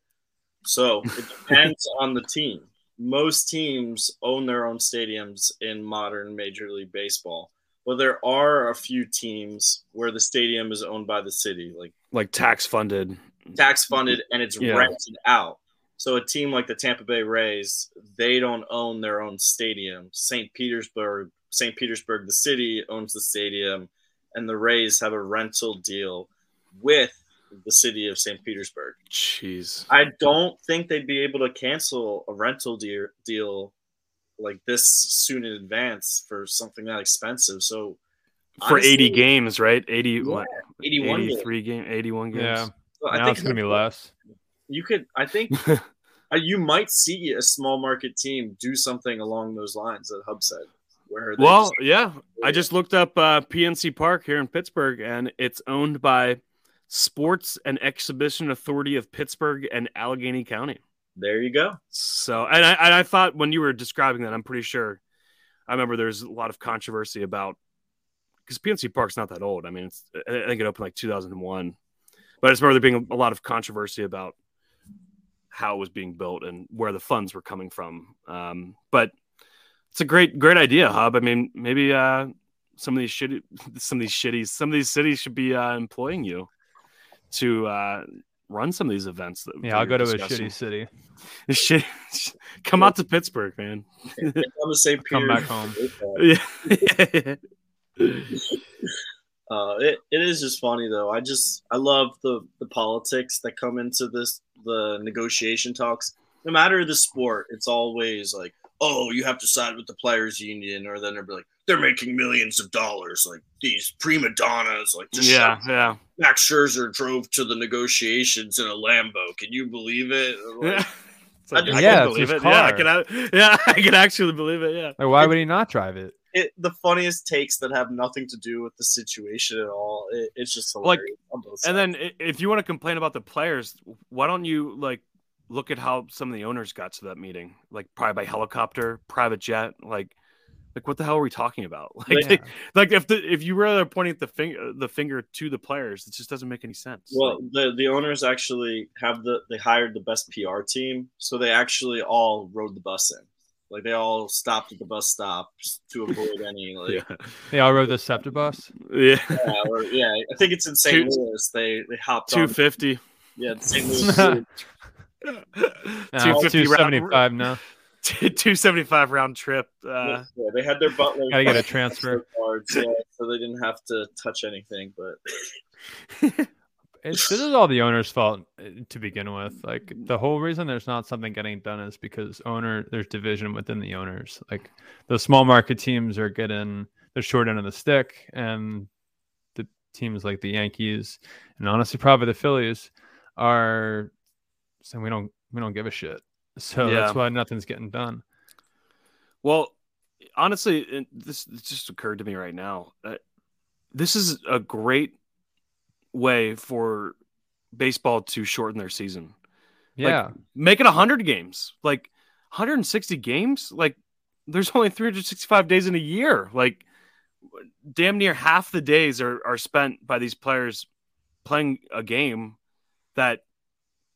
[SPEAKER 2] So it depends on the team. Most teams own their own stadiums in modern Major League Baseball, but there are a few teams where the stadium is owned by the city, like
[SPEAKER 1] Like tax funded.
[SPEAKER 2] tax funded and it's
[SPEAKER 1] Yeah.
[SPEAKER 2] rented out. So a team like the Tampa Bay Rays, they don't own their own stadium. St. Petersburg, St. Petersburg, the city owns the stadium, and the Rays have a rental deal with the city of St. Petersburg.
[SPEAKER 1] Jeez.
[SPEAKER 2] I don't think they'd be able to cancel a rental de- deal like this soon in advance for something that expensive. So
[SPEAKER 1] For eighty
[SPEAKER 2] Honestly-
[SPEAKER 1] games, right? Eighty
[SPEAKER 2] Yeah,
[SPEAKER 1] what?
[SPEAKER 2] 81 games.
[SPEAKER 1] Eighty-three game, eighty-one games.
[SPEAKER 3] Yeah.
[SPEAKER 2] So
[SPEAKER 3] now it's gonna be less.
[SPEAKER 2] you could i think uh, you might see a small market team do something along those lines that hub said where they
[SPEAKER 1] Well,
[SPEAKER 2] just-
[SPEAKER 1] yeah, I just looked up uh, PNC Park here in Pittsburgh, and it's owned by Sports and Exhibition Authority of Pittsburgh and Allegheny County.
[SPEAKER 2] there you go.
[SPEAKER 1] So, and I, and I thought when you were describing that, I'm pretty sure I remember there's a lot of controversy about because PNC Park's not that old. I mean, it's, I think it opened like 2001, but I just remember there being a lot of controversy about how it was being built and where the funds were coming from. Um, but it's a great, great idea, Hub. I mean, maybe uh, some of these shitty, some of these shitties, some of these cities should be uh, employing you to uh, run some of these events. That
[SPEAKER 3] Yeah, I'll
[SPEAKER 1] you're
[SPEAKER 3] go to
[SPEAKER 1] discussing.
[SPEAKER 3] a shitty city.
[SPEAKER 1] Shit, come out to Pittsburgh, man.
[SPEAKER 2] I'm gonna say
[SPEAKER 3] Come
[SPEAKER 2] Peter.
[SPEAKER 3] back home.
[SPEAKER 1] Yeah.
[SPEAKER 2] Uh, it, it is just funny though. I just I love the the politics that come into this the negotiation talks. No matter the sport, it's always like, oh, you have to side with the players union, or then they're like, they're making millions of dollars, like these prima donnas, like just
[SPEAKER 1] yeah, yeah.
[SPEAKER 2] Max Scherzer drove to the negotiations in a Lambo. Can you believe it?
[SPEAKER 1] Yeah.
[SPEAKER 2] Like,
[SPEAKER 1] It's like, I can believe it.
[SPEAKER 2] I just-
[SPEAKER 3] Yeah, it's his
[SPEAKER 1] Yeah, I
[SPEAKER 3] car.
[SPEAKER 1] can. a- Yeah, I can actually believe it. Yeah.
[SPEAKER 3] Like, why would he not drive it?
[SPEAKER 2] it, the funniest takes that have nothing to do with the situation at all. It, it's just
[SPEAKER 1] Like,
[SPEAKER 2] hilarious. on both
[SPEAKER 1] And
[SPEAKER 2] sides.
[SPEAKER 1] then i- if you want to complain about the players, why don't you like look at how some of the owners got to that meeting, like probably by helicopter, private jet, like. Like what the hell are we talking about? Like,
[SPEAKER 3] Yeah.
[SPEAKER 1] like if the if you were there pointing at the finger the finger to the players, it just doesn't make any sense.
[SPEAKER 2] Well, the the owners actually have the they hired the best PR team, so they actually all rode the bus in. Like they all stopped at the bus stops to avoid any like yeah.
[SPEAKER 1] yeah,
[SPEAKER 3] They all rode the SEPTA bus.
[SPEAKER 1] yeah,
[SPEAKER 2] or, yeah I think it's in St. Louis. They they hopped
[SPEAKER 1] two
[SPEAKER 2] on
[SPEAKER 1] fifty.
[SPEAKER 2] yeah it's St. Louis.
[SPEAKER 3] Now,
[SPEAKER 1] 250 round,
[SPEAKER 3] 275 now.
[SPEAKER 1] 275 round trip. Uh,
[SPEAKER 2] yeah, they had their butler
[SPEAKER 3] Gotta get a transfer.
[SPEAKER 2] cards, yeah, so they didn't have to touch anything. But
[SPEAKER 3] It's, this is all the owner's fault uh, to begin with. Like the whole reason there's not something getting done is because owner there's division within the owners. Like the small market teams are getting the short end of the stick, and the teams like the Yankees and honestly probably the Phillies are saying we don't we don't give a shit. So
[SPEAKER 1] Yeah.
[SPEAKER 3] that's why nothing's getting done.
[SPEAKER 1] Well, honestly, it- this, this just occurred to me right now. Uh, this is a great way for baseball to shorten their season.
[SPEAKER 3] Yeah,
[SPEAKER 1] Make it 100 games, like 160 games. Like, there's only 365 days in a year. Like, damn near half the days are, are spent by these players playing a game that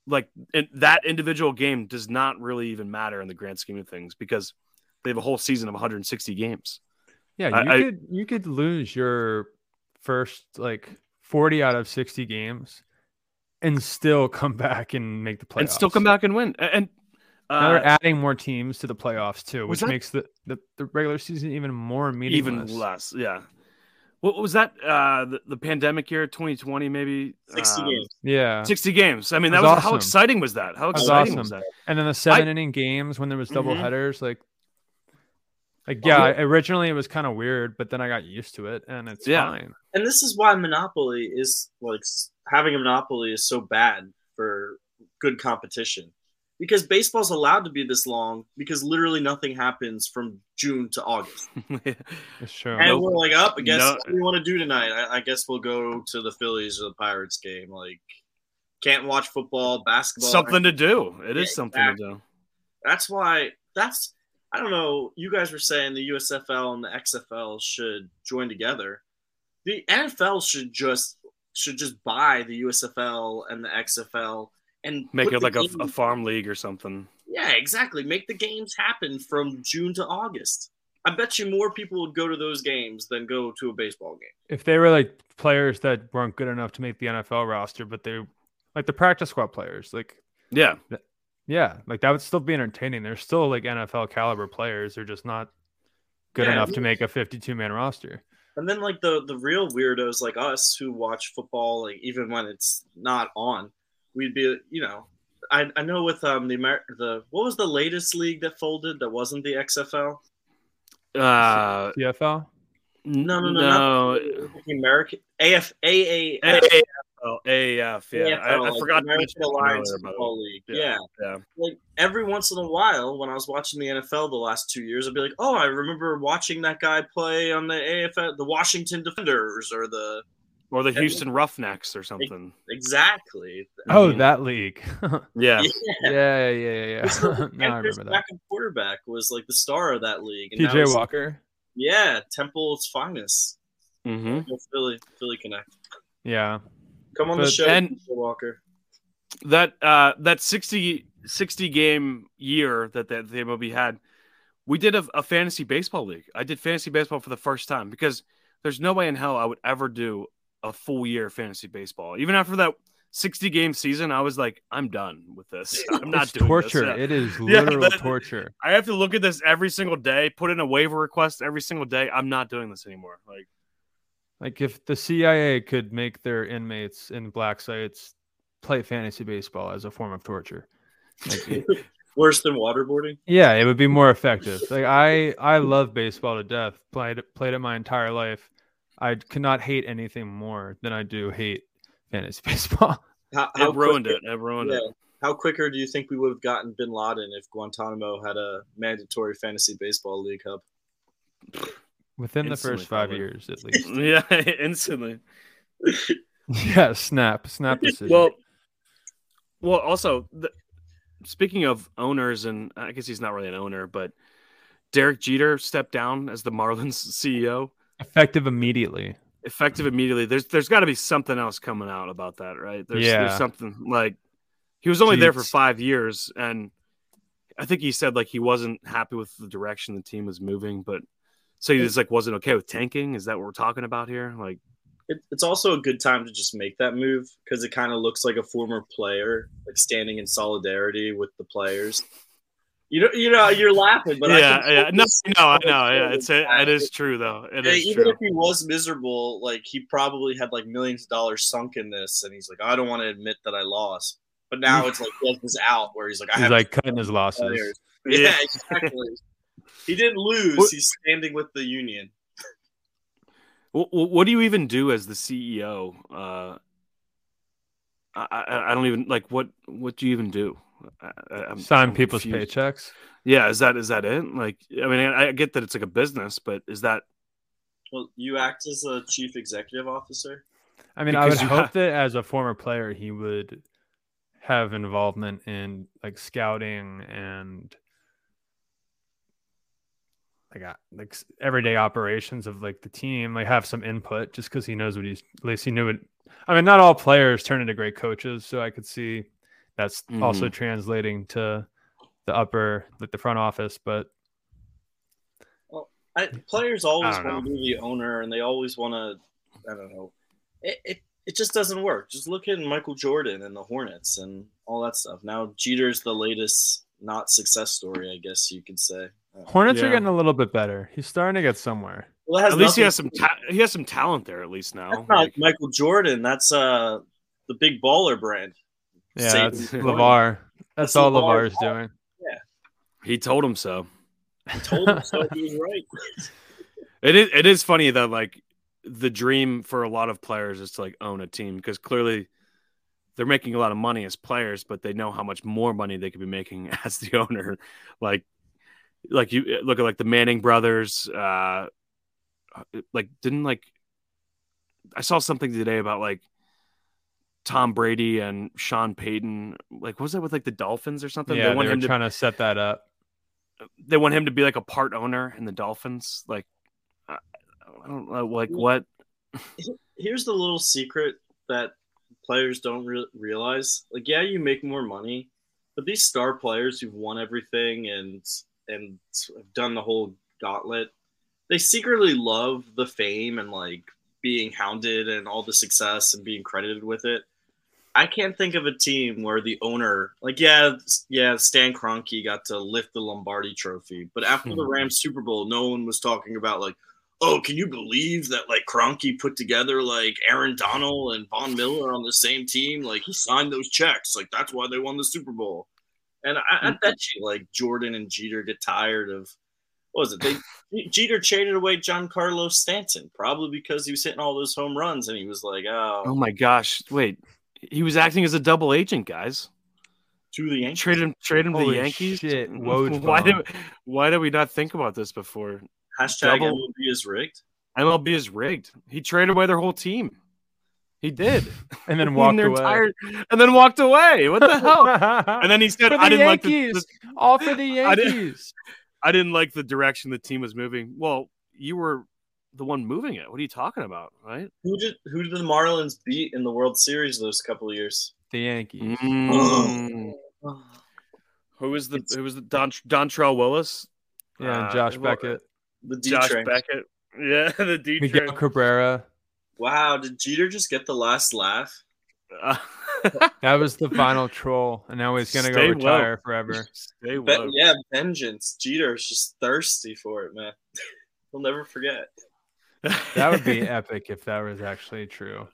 [SPEAKER 1] like in, that individual game does not really even matter in the grand scheme of things because they have a whole season of 160 games.
[SPEAKER 3] Yeah,
[SPEAKER 1] I-
[SPEAKER 3] you
[SPEAKER 1] I-
[SPEAKER 3] could you could lose your first like 40 out of 60 games and still come back and make the playoffs.
[SPEAKER 1] and still come back and win. A- And
[SPEAKER 3] Now
[SPEAKER 1] uh,
[SPEAKER 3] they're adding more teams to the playoffs too,
[SPEAKER 1] was
[SPEAKER 3] which
[SPEAKER 1] that-
[SPEAKER 3] makes the, the, the regular season even more
[SPEAKER 1] even
[SPEAKER 3] meaningless.
[SPEAKER 1] less, yeah. What was that? Uh, the, the pandemic year, 2020, maybe
[SPEAKER 2] sixty
[SPEAKER 1] Um,
[SPEAKER 2] games.
[SPEAKER 3] Yeah.
[SPEAKER 1] 60 games. I mean, that
[SPEAKER 3] That
[SPEAKER 1] was,
[SPEAKER 3] was
[SPEAKER 1] how
[SPEAKER 3] awesome.
[SPEAKER 1] exciting was that? How
[SPEAKER 3] was
[SPEAKER 1] exciting was,
[SPEAKER 3] awesome. And then the seven inning games when there was double
[SPEAKER 1] Mhm.
[SPEAKER 3] headers, like like
[SPEAKER 1] Oh,
[SPEAKER 3] yeah,
[SPEAKER 1] yeah.
[SPEAKER 3] originally it was kind of weird, but then I got used to it and it's
[SPEAKER 1] Yeah.
[SPEAKER 3] fine.
[SPEAKER 2] and this is why monopoly is like s- having a monopoly is so bad for good competition because baseball's allowed to be this long because literally nothing happens from june to august
[SPEAKER 1] that?
[SPEAKER 3] It's true.
[SPEAKER 2] and
[SPEAKER 1] Nope.
[SPEAKER 2] we're like up i guess
[SPEAKER 1] No.
[SPEAKER 2] what do we want to do tonight I, I guess we'll go to the phillies or the pirates game like can't watch football basketball
[SPEAKER 1] something to do. It is
[SPEAKER 2] Yeah,
[SPEAKER 1] something to do.
[SPEAKER 2] that's why that's I don't know. You guys were saying the USFL and the XFL should join together. The NFL should just should just buy the USFL and the XFL and
[SPEAKER 1] Make
[SPEAKER 2] put
[SPEAKER 1] it
[SPEAKER 2] the
[SPEAKER 1] like a, a
[SPEAKER 2] games-
[SPEAKER 1] farm league or something.
[SPEAKER 2] Yeah, exactly. Make the games happen from June to August. I bet you more people would go to those games than go to a baseball game.
[SPEAKER 3] if they were like players that weren't good enough to make the NFL roster, but they like the practice squad players, like
[SPEAKER 1] Yeah.
[SPEAKER 3] yeah, like that would still be entertaining. They're still like NFL caliber players. They're just not good
[SPEAKER 2] Yeah,
[SPEAKER 3] enough
[SPEAKER 2] we-
[SPEAKER 3] to make a 52 man roster.
[SPEAKER 2] And then like the the real weirdos like us who watch football like even when it's not on, we'd be you know, I, I know with um the Amer- the what was the latest league that folded that wasn't the XFL?
[SPEAKER 1] Uh,
[SPEAKER 3] CFL.
[SPEAKER 2] No no no
[SPEAKER 1] no.
[SPEAKER 2] not the American AF AAF,
[SPEAKER 1] AAF. yeah. I, I
[SPEAKER 2] AFL, like,
[SPEAKER 1] forgot. to
[SPEAKER 2] American
[SPEAKER 1] mention it
[SPEAKER 2] Alliance
[SPEAKER 1] earlier, by the way.
[SPEAKER 2] Football League.
[SPEAKER 1] Yeah,
[SPEAKER 2] yeah.
[SPEAKER 1] yeah.
[SPEAKER 2] Like every once in a while when I was watching the NFL the last two years, I'd be like, Oh, I remember watching that guy play on the AFL the Washington Defenders or the
[SPEAKER 1] or the
[SPEAKER 2] Yeah.
[SPEAKER 1] Houston Roughnecks or something. Mm-hmm.
[SPEAKER 2] Exactly. I
[SPEAKER 3] Oh,
[SPEAKER 2] mean,
[SPEAKER 3] that league.
[SPEAKER 1] Yeah,
[SPEAKER 2] yeah.
[SPEAKER 3] yeah, yeah, yeah. yeah.
[SPEAKER 2] It's like the
[SPEAKER 3] now I
[SPEAKER 2] Panthers'
[SPEAKER 3] remember that.
[SPEAKER 2] backup quarterback was like the star of that league. now
[SPEAKER 3] PJ
[SPEAKER 2] he's-
[SPEAKER 3] Walker.
[SPEAKER 2] Yeah, Temple's finest.
[SPEAKER 1] hmm
[SPEAKER 2] Philly, Philly Connect.
[SPEAKER 3] Yeah.
[SPEAKER 2] Come on the
[SPEAKER 3] But
[SPEAKER 2] show,
[SPEAKER 1] then-
[SPEAKER 2] PJ Walker.
[SPEAKER 1] that uh, that 60, 60 game year that that the MLB had, we did a, a fantasy baseball league. I did fantasy baseball for the first time because there's no way in hell I would ever do a full year of fantasy baseball. Even after that sixty game season, I was like, I'm done with this. I'm not
[SPEAKER 3] it's
[SPEAKER 1] doing
[SPEAKER 3] torture.
[SPEAKER 1] This. Yeah.
[SPEAKER 3] It is
[SPEAKER 1] Yeah,
[SPEAKER 3] literal
[SPEAKER 1] that-
[SPEAKER 3] torture.
[SPEAKER 1] I have to look at this every single day, put in a waiver request every single day. I'm not doing this anymore. Like,
[SPEAKER 3] Like if the CIA could make their inmates in black sites play fantasy baseball as a form of torture. Like, it-
[SPEAKER 2] Worse than waterboarding.
[SPEAKER 3] yeah, it would be more effective. Like I I love baseball to death. Played played it my entire life. I could not hate anything more than I do hate fantasy baseball.
[SPEAKER 2] How,
[SPEAKER 1] it
[SPEAKER 2] how
[SPEAKER 1] ruined
[SPEAKER 2] quick-
[SPEAKER 1] it. It ruined
[SPEAKER 2] Yeah.
[SPEAKER 1] it.
[SPEAKER 2] How quicker do you think we would have gotten Bin Laden if Guantanamo had a mandatory fantasy baseball league hub?
[SPEAKER 3] Within the
[SPEAKER 1] Instantly,
[SPEAKER 3] first five
[SPEAKER 1] probably.
[SPEAKER 3] years at least.
[SPEAKER 1] Yeah, instantly.
[SPEAKER 3] yeah, snap. Snap decision.
[SPEAKER 1] Well, well. Also, the, speaking of owners, and I guess he's not really an owner, but Derek Jeter stepped down as the Marlins CEO,
[SPEAKER 3] effective immediately.
[SPEAKER 1] effective immediately. There's there's got to be something else coming out about that, right? There's,
[SPEAKER 3] Yeah.
[SPEAKER 1] there's something like he was only there for
[SPEAKER 3] Jeez.
[SPEAKER 1] five years, and I think he said like he wasn't happy with the direction the team was moving, but. So he just like wasn't okay with tanking. Is that what we're talking about here? Like,
[SPEAKER 2] It, it's also a good time to just make that move because it kind of looks like a former player, like standing in solidarity with the players. You know, you know, you're laughing, but
[SPEAKER 1] yeah,
[SPEAKER 2] I can
[SPEAKER 1] yeah, no,
[SPEAKER 2] focus
[SPEAKER 1] no, I
[SPEAKER 2] on
[SPEAKER 1] know, yeah,
[SPEAKER 2] the
[SPEAKER 1] it's it, it is true though. It
[SPEAKER 2] Yeah,
[SPEAKER 1] is
[SPEAKER 2] even
[SPEAKER 1] true.
[SPEAKER 2] if he was miserable, like he probably had like millions of dollars sunk in this, and he's like, I don't want to admit that I lost. But now it's like he has this out where he's like, I
[SPEAKER 3] He's
[SPEAKER 2] have
[SPEAKER 3] like cutting his
[SPEAKER 2] players.
[SPEAKER 3] losses.
[SPEAKER 2] Yeah, exactly. he didn't lose.
[SPEAKER 1] What-
[SPEAKER 2] He's standing with the union.
[SPEAKER 1] What, what do you even do as the CEO? Uh, I, I I don't even like what what do you even do? I, I- I'm,
[SPEAKER 3] Sign
[SPEAKER 1] I'm
[SPEAKER 3] people's
[SPEAKER 1] confused.
[SPEAKER 3] paychecks.
[SPEAKER 1] Yeah, is that is that it? Like, I mean, I, I get that it's like a business, but is that
[SPEAKER 2] Well, you act as a chief executive officer.
[SPEAKER 3] I mean, I would
[SPEAKER 1] Because you
[SPEAKER 3] hope
[SPEAKER 1] have-
[SPEAKER 3] that as a former player, he would have involvement in like scouting and like uh, like s- everyday operations of like the team. Like have some input just because he knows what he's at least he knew it. I mean, not all players turn into great coaches, so I could see that's also
[SPEAKER 1] Mm-hmm.
[SPEAKER 3] translating to the upper like the front office, but
[SPEAKER 2] I, players always
[SPEAKER 3] I don't
[SPEAKER 2] want to be the owner, and they always want to. I don't know. It, it it just doesn't work. Just look at Michael Jordan and the Hornets and all that stuff. Now Jeter's the latest not success story, I guess you could say. Uh,
[SPEAKER 3] Hornets are
[SPEAKER 1] Yeah.
[SPEAKER 3] getting a little bit better. He's starting to get somewhere.
[SPEAKER 2] Well, that has
[SPEAKER 1] at least he
[SPEAKER 2] nothing-
[SPEAKER 1] has some ta- he has some talent there at least now.
[SPEAKER 2] That's not
[SPEAKER 1] Like,
[SPEAKER 2] Michael Jordan. That's uh the big baller brand.
[SPEAKER 3] Yeah,
[SPEAKER 2] Same
[SPEAKER 3] that's
[SPEAKER 1] thing.
[SPEAKER 3] Lavar. That's,
[SPEAKER 2] That's
[SPEAKER 3] all
[SPEAKER 2] LeVar's
[SPEAKER 3] Lavar's doing.
[SPEAKER 1] he told him so.
[SPEAKER 2] I told him so. He was right.
[SPEAKER 1] It is it is funny that like the dream for a lot of players is to like own a team because clearly they're making a lot of money as players, but they know how much more money they could be making as the owner. Like like you eh, look at like the Manning brothers, uh like didn't like I saw something today about like Tom Brady and Sean Payton. Like what was that with like the Dolphins or something?
[SPEAKER 3] Yeah,
[SPEAKER 1] they
[SPEAKER 3] they,
[SPEAKER 1] want
[SPEAKER 3] were
[SPEAKER 1] him to
[SPEAKER 3] trying to set that up.
[SPEAKER 1] they want him to be like a part owner in the Dolphins. Like, I I don't know, like what?
[SPEAKER 2] Here's the little secret that players don't re- realize. Like, yeah, you make more money, but these star players who've won everything and and have done the whole gauntlet, they secretly love the fame and like being hounded and all the success and being credited with it. I can't think of a team where the owner, like, yeah, yeah, Stan Kroenke got to lift the Lombardi Trophy, but after the Rams Super Bowl, no one was talking about like, oh, can you believe that like Kroenke put together like Aaron Donald and Von Miller on the same team? Like he signed those checks, like that's why they won the Super Bowl. And I, I bet you like Jordan and Jeter get tired of what was it? They Jeter traded away John Carlos Stanton probably because he was hitting all those home runs and he was like,
[SPEAKER 1] Oh
[SPEAKER 2] oh,
[SPEAKER 1] my gosh! Wait, he was acting as a double agent, guys.
[SPEAKER 2] to the Yankees.
[SPEAKER 1] Trade him, trade him to the
[SPEAKER 3] Holy
[SPEAKER 1] Yankees.
[SPEAKER 3] shit, Woj
[SPEAKER 1] why
[SPEAKER 3] bomb.
[SPEAKER 1] did why did we not think about this before?
[SPEAKER 2] Hashtag
[SPEAKER 1] Double-
[SPEAKER 2] MLB is rigged.
[SPEAKER 1] MLB is rigged. He traded away their whole team. He did.
[SPEAKER 3] and then walked
[SPEAKER 1] their
[SPEAKER 3] away.
[SPEAKER 1] entire- and then walked away. What the hell? And then he said,
[SPEAKER 3] For the
[SPEAKER 1] "I didn't like the,
[SPEAKER 3] Yankees.
[SPEAKER 1] the-
[SPEAKER 3] all for the
[SPEAKER 1] I didn't-
[SPEAKER 3] Yankees.
[SPEAKER 1] I didn't like the direction the team was moving." Well, you were the one moving it. What are you talking about, right?
[SPEAKER 2] Who did who did the Marlins beat in the World Series those couple of years?
[SPEAKER 3] The Yankees.
[SPEAKER 2] The
[SPEAKER 1] Who was the
[SPEAKER 2] It's-
[SPEAKER 1] who was the Don Dontrell Willis?
[SPEAKER 3] Yeah, and
[SPEAKER 1] Uh,
[SPEAKER 3] Josh
[SPEAKER 1] well,
[SPEAKER 3] Beckett,
[SPEAKER 2] D
[SPEAKER 1] Josh
[SPEAKER 2] train.
[SPEAKER 1] Beckett. Yeah, the D
[SPEAKER 3] Miguel
[SPEAKER 1] train.
[SPEAKER 3] Cabrera.
[SPEAKER 2] Wow, did Jeter just get the last laugh?
[SPEAKER 1] Uh,
[SPEAKER 3] That was the final troll, and now he's gonna
[SPEAKER 1] Stay
[SPEAKER 3] go
[SPEAKER 1] woke.
[SPEAKER 3] retire forever.
[SPEAKER 1] stay
[SPEAKER 2] Be-
[SPEAKER 1] woke.
[SPEAKER 2] yeah, vengeance. Jeter is just thirsty for it, man. He'll never forget.
[SPEAKER 3] That would be epic if that was actually true.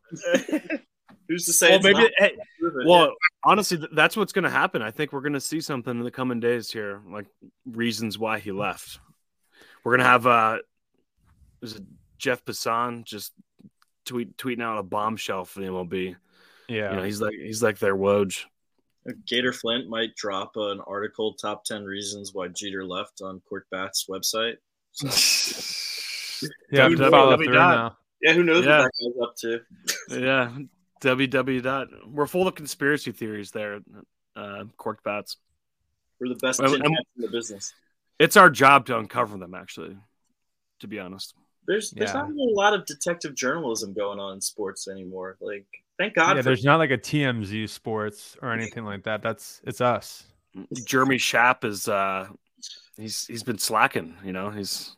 [SPEAKER 2] Who's to say
[SPEAKER 1] well,
[SPEAKER 2] it's
[SPEAKER 1] maybe.
[SPEAKER 2] not
[SPEAKER 1] hey,
[SPEAKER 2] proven?
[SPEAKER 1] well, honestly, th- that's what's going to happen. I think we're going to see something in the coming days here, like reasons why he left. We're going to have uh, is it Jeff Passan just tweet tweeting out a bombshell for the MLB?
[SPEAKER 3] Yeah.
[SPEAKER 1] You know, he's like he's like their Woj.
[SPEAKER 2] Gator Flint might drop an article top 10 reasons why Jeter left on Court Bat's website.
[SPEAKER 3] You have
[SPEAKER 1] Dude,
[SPEAKER 3] to
[SPEAKER 1] what
[SPEAKER 3] follow
[SPEAKER 1] have we
[SPEAKER 3] through
[SPEAKER 1] done?
[SPEAKER 3] now.
[SPEAKER 2] Yeah, who knows
[SPEAKER 1] Yeah.
[SPEAKER 2] what that guy's up to?
[SPEAKER 1] yeah. WW dot. We're full of conspiracy theories there. Uh, corked bats.
[SPEAKER 2] We're the best
[SPEAKER 1] Well,
[SPEAKER 2] gin
[SPEAKER 1] and-
[SPEAKER 2] cats in the business.
[SPEAKER 1] It's our job to uncover them, actually. To be honest.
[SPEAKER 2] There's there's
[SPEAKER 3] Yeah.
[SPEAKER 2] not even a lot of detective journalism going on in sports anymore. Like, thank God for
[SPEAKER 3] Yeah, there's not like a TMZ sports or anything like that. That's it's us.
[SPEAKER 1] Jeremy Schapp is uh he's he's been slacking, you know, he's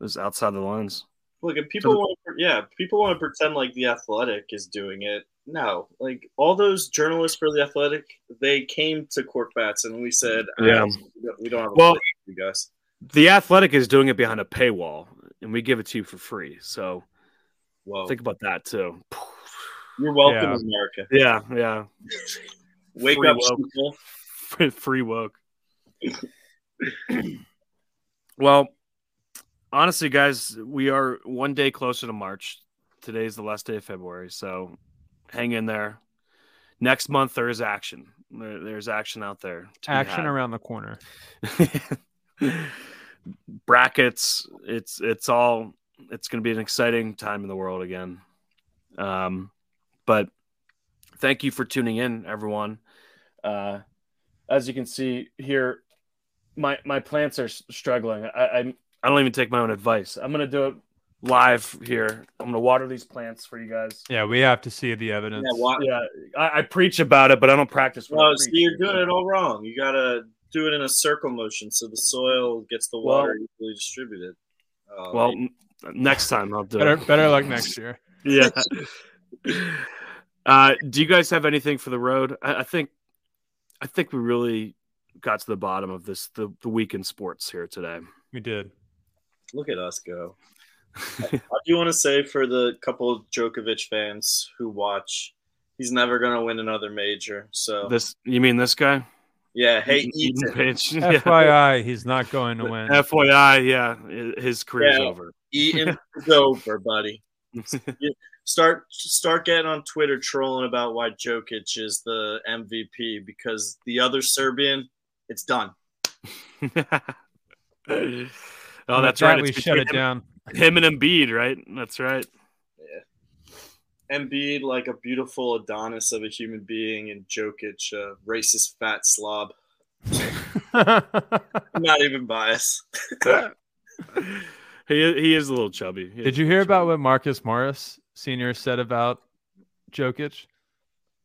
[SPEAKER 1] he's outside the lines.
[SPEAKER 2] Look, if people want, to, yeah, if people want to pretend like the Athletic is doing it. No, like all those journalists for the Athletic, they came to Court Bats and we said, uh,
[SPEAKER 1] Yeah.
[SPEAKER 2] we don't- we don't have a
[SPEAKER 1] Well-
[SPEAKER 2] well, you guys.
[SPEAKER 1] The athletic is doing it behind a paywall, and we give it to you for free. So
[SPEAKER 2] Well,
[SPEAKER 1] think about that too.
[SPEAKER 2] you're welcome,
[SPEAKER 3] Yeah.
[SPEAKER 2] America.
[SPEAKER 1] Yeah, yeah.
[SPEAKER 2] Wake
[SPEAKER 1] Free
[SPEAKER 2] up,
[SPEAKER 1] woke.
[SPEAKER 2] people.
[SPEAKER 1] Free- free woke. well, honestly, guys, we are one day closer to March. Today's the last day of February, so hang in there. Next month there is action. There, there's action out there. to be
[SPEAKER 3] Action
[SPEAKER 1] had.
[SPEAKER 3] around the corner.
[SPEAKER 1] brackets. It's it's all it's going to be an exciting time in the world again. Um, but thank you for tuning in, everyone. Uh, as you can see here, my my plants are s- struggling. I, I I don't even take my own advice. I'm going to do it live here. I'm going to water these plants for you guys.
[SPEAKER 3] Yeah, we have to see the evidence.
[SPEAKER 2] Yeah, why,
[SPEAKER 1] Yeah, I, I preach about it, but I don't practice. what I
[SPEAKER 2] well, see,
[SPEAKER 1] preach.
[SPEAKER 2] you're doing it all wrong. You gotta do it in a circle motion so the soil gets the
[SPEAKER 1] Well-
[SPEAKER 2] water equally distributed. Uh,
[SPEAKER 1] Well, n- next time I'll do
[SPEAKER 3] better
[SPEAKER 1] it.
[SPEAKER 3] better luck next year.
[SPEAKER 1] yeah. Uh, do you guys have anything for the road? I, I think, I think we really got to the bottom of this the, the week in sports here today.
[SPEAKER 3] We did.
[SPEAKER 2] Look at us go. I do want to say for the couple of Djokovic fans who watch, he's never going to win another major. So,
[SPEAKER 1] This you mean this guy?
[SPEAKER 2] yeah, hey,
[SPEAKER 1] Eden-
[SPEAKER 2] Ethan.
[SPEAKER 1] Eden Page. Yeah.
[SPEAKER 3] FYI, he's not going to win.
[SPEAKER 1] FYI, yeah, i- his career's
[SPEAKER 2] Yeah.
[SPEAKER 1] over.
[SPEAKER 2] Eaton is over, buddy. Start start getting on Twitter trolling about why Jokic is the MVP because the other Serbian, it's done.
[SPEAKER 1] oh,
[SPEAKER 3] And
[SPEAKER 1] that's
[SPEAKER 3] with that,
[SPEAKER 1] right.
[SPEAKER 3] We
[SPEAKER 1] It's
[SPEAKER 3] shut it
[SPEAKER 1] between
[SPEAKER 3] down.
[SPEAKER 1] him, him and Embiid, right? That's right.
[SPEAKER 2] Embiid like a beautiful Adonis of a human being, and Jokic a racist fat slob. I'm not even biased.
[SPEAKER 1] he he is a little chubby. He
[SPEAKER 3] did
[SPEAKER 1] is
[SPEAKER 3] you
[SPEAKER 1] a
[SPEAKER 3] hear
[SPEAKER 1] little
[SPEAKER 3] about
[SPEAKER 1] chubby.
[SPEAKER 3] what Marcus Morris Senior said about Jokic?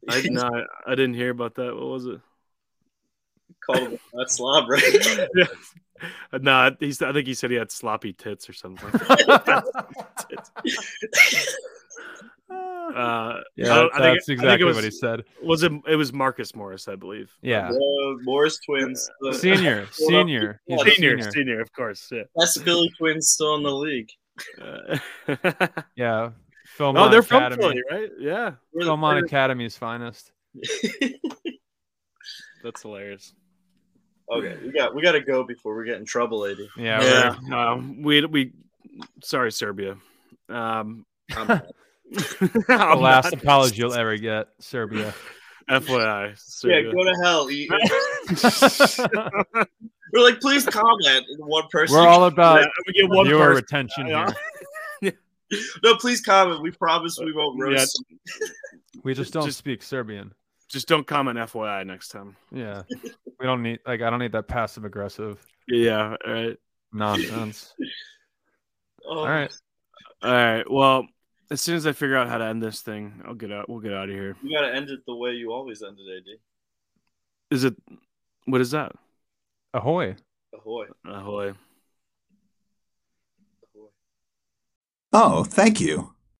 [SPEAKER 1] I, no, I didn't hear about that. What was it?
[SPEAKER 2] Called him a fat slob, right?
[SPEAKER 1] no, he's. I think he said he had sloppy tits or something. Uh,
[SPEAKER 3] yeah,
[SPEAKER 1] I don't-
[SPEAKER 3] that's,
[SPEAKER 1] I think- I think it
[SPEAKER 3] exactly
[SPEAKER 1] was-
[SPEAKER 3] what he said.
[SPEAKER 1] was it? It was Marcus Morris, I believe.
[SPEAKER 3] Yeah,
[SPEAKER 2] The Morris twins. uh, The
[SPEAKER 3] senior, senior, he's a
[SPEAKER 1] Senior, senior, of course. Yeah.
[SPEAKER 2] best Philly twins still in the league.
[SPEAKER 1] Uh,
[SPEAKER 3] Yeah, Philmont
[SPEAKER 1] oh, they're from
[SPEAKER 3] Academy.
[SPEAKER 1] Philly, right? Yeah,
[SPEAKER 2] We're the
[SPEAKER 3] Philmont Academy's finest.
[SPEAKER 2] third-
[SPEAKER 1] that's hilarious.
[SPEAKER 2] okay, we got we got to go before we get in trouble, lady.
[SPEAKER 3] Yeah,
[SPEAKER 1] yeah. Um, we we. Sorry, Serbia. Um,
[SPEAKER 2] I'm-
[SPEAKER 3] we're the last apology you'll ever get, Serbia.
[SPEAKER 1] FYI,
[SPEAKER 2] yeah,
[SPEAKER 1] Serbia.
[SPEAKER 2] go to hell. Eat. We're like, please comment. And one person.
[SPEAKER 1] Uh,
[SPEAKER 3] We're all about
[SPEAKER 1] Yeah, we get one
[SPEAKER 3] viewer
[SPEAKER 1] person.
[SPEAKER 3] retention
[SPEAKER 1] Yeah.
[SPEAKER 3] here.
[SPEAKER 2] No, please comment. We promise we won't roast.
[SPEAKER 1] Yeah.
[SPEAKER 2] you.
[SPEAKER 3] We just don't
[SPEAKER 1] Just-
[SPEAKER 3] speak Serbian.
[SPEAKER 1] Just don't comment FYI next time.
[SPEAKER 3] Yeah. We don't need like I don't need that passive aggressive
[SPEAKER 1] Yeah. All right.
[SPEAKER 3] nonsense.
[SPEAKER 2] Oh,
[SPEAKER 3] All right.
[SPEAKER 1] All right. Well, as soon as I figure out how to end this thing, I'll get out. We'll get out of here.
[SPEAKER 2] You gotta end it the way you always end it, AD.
[SPEAKER 1] Is it? What is that?
[SPEAKER 3] Ahoy.
[SPEAKER 2] Ahoy.
[SPEAKER 1] Ahoy.
[SPEAKER 2] Ahoy.
[SPEAKER 4] Oh, thank you.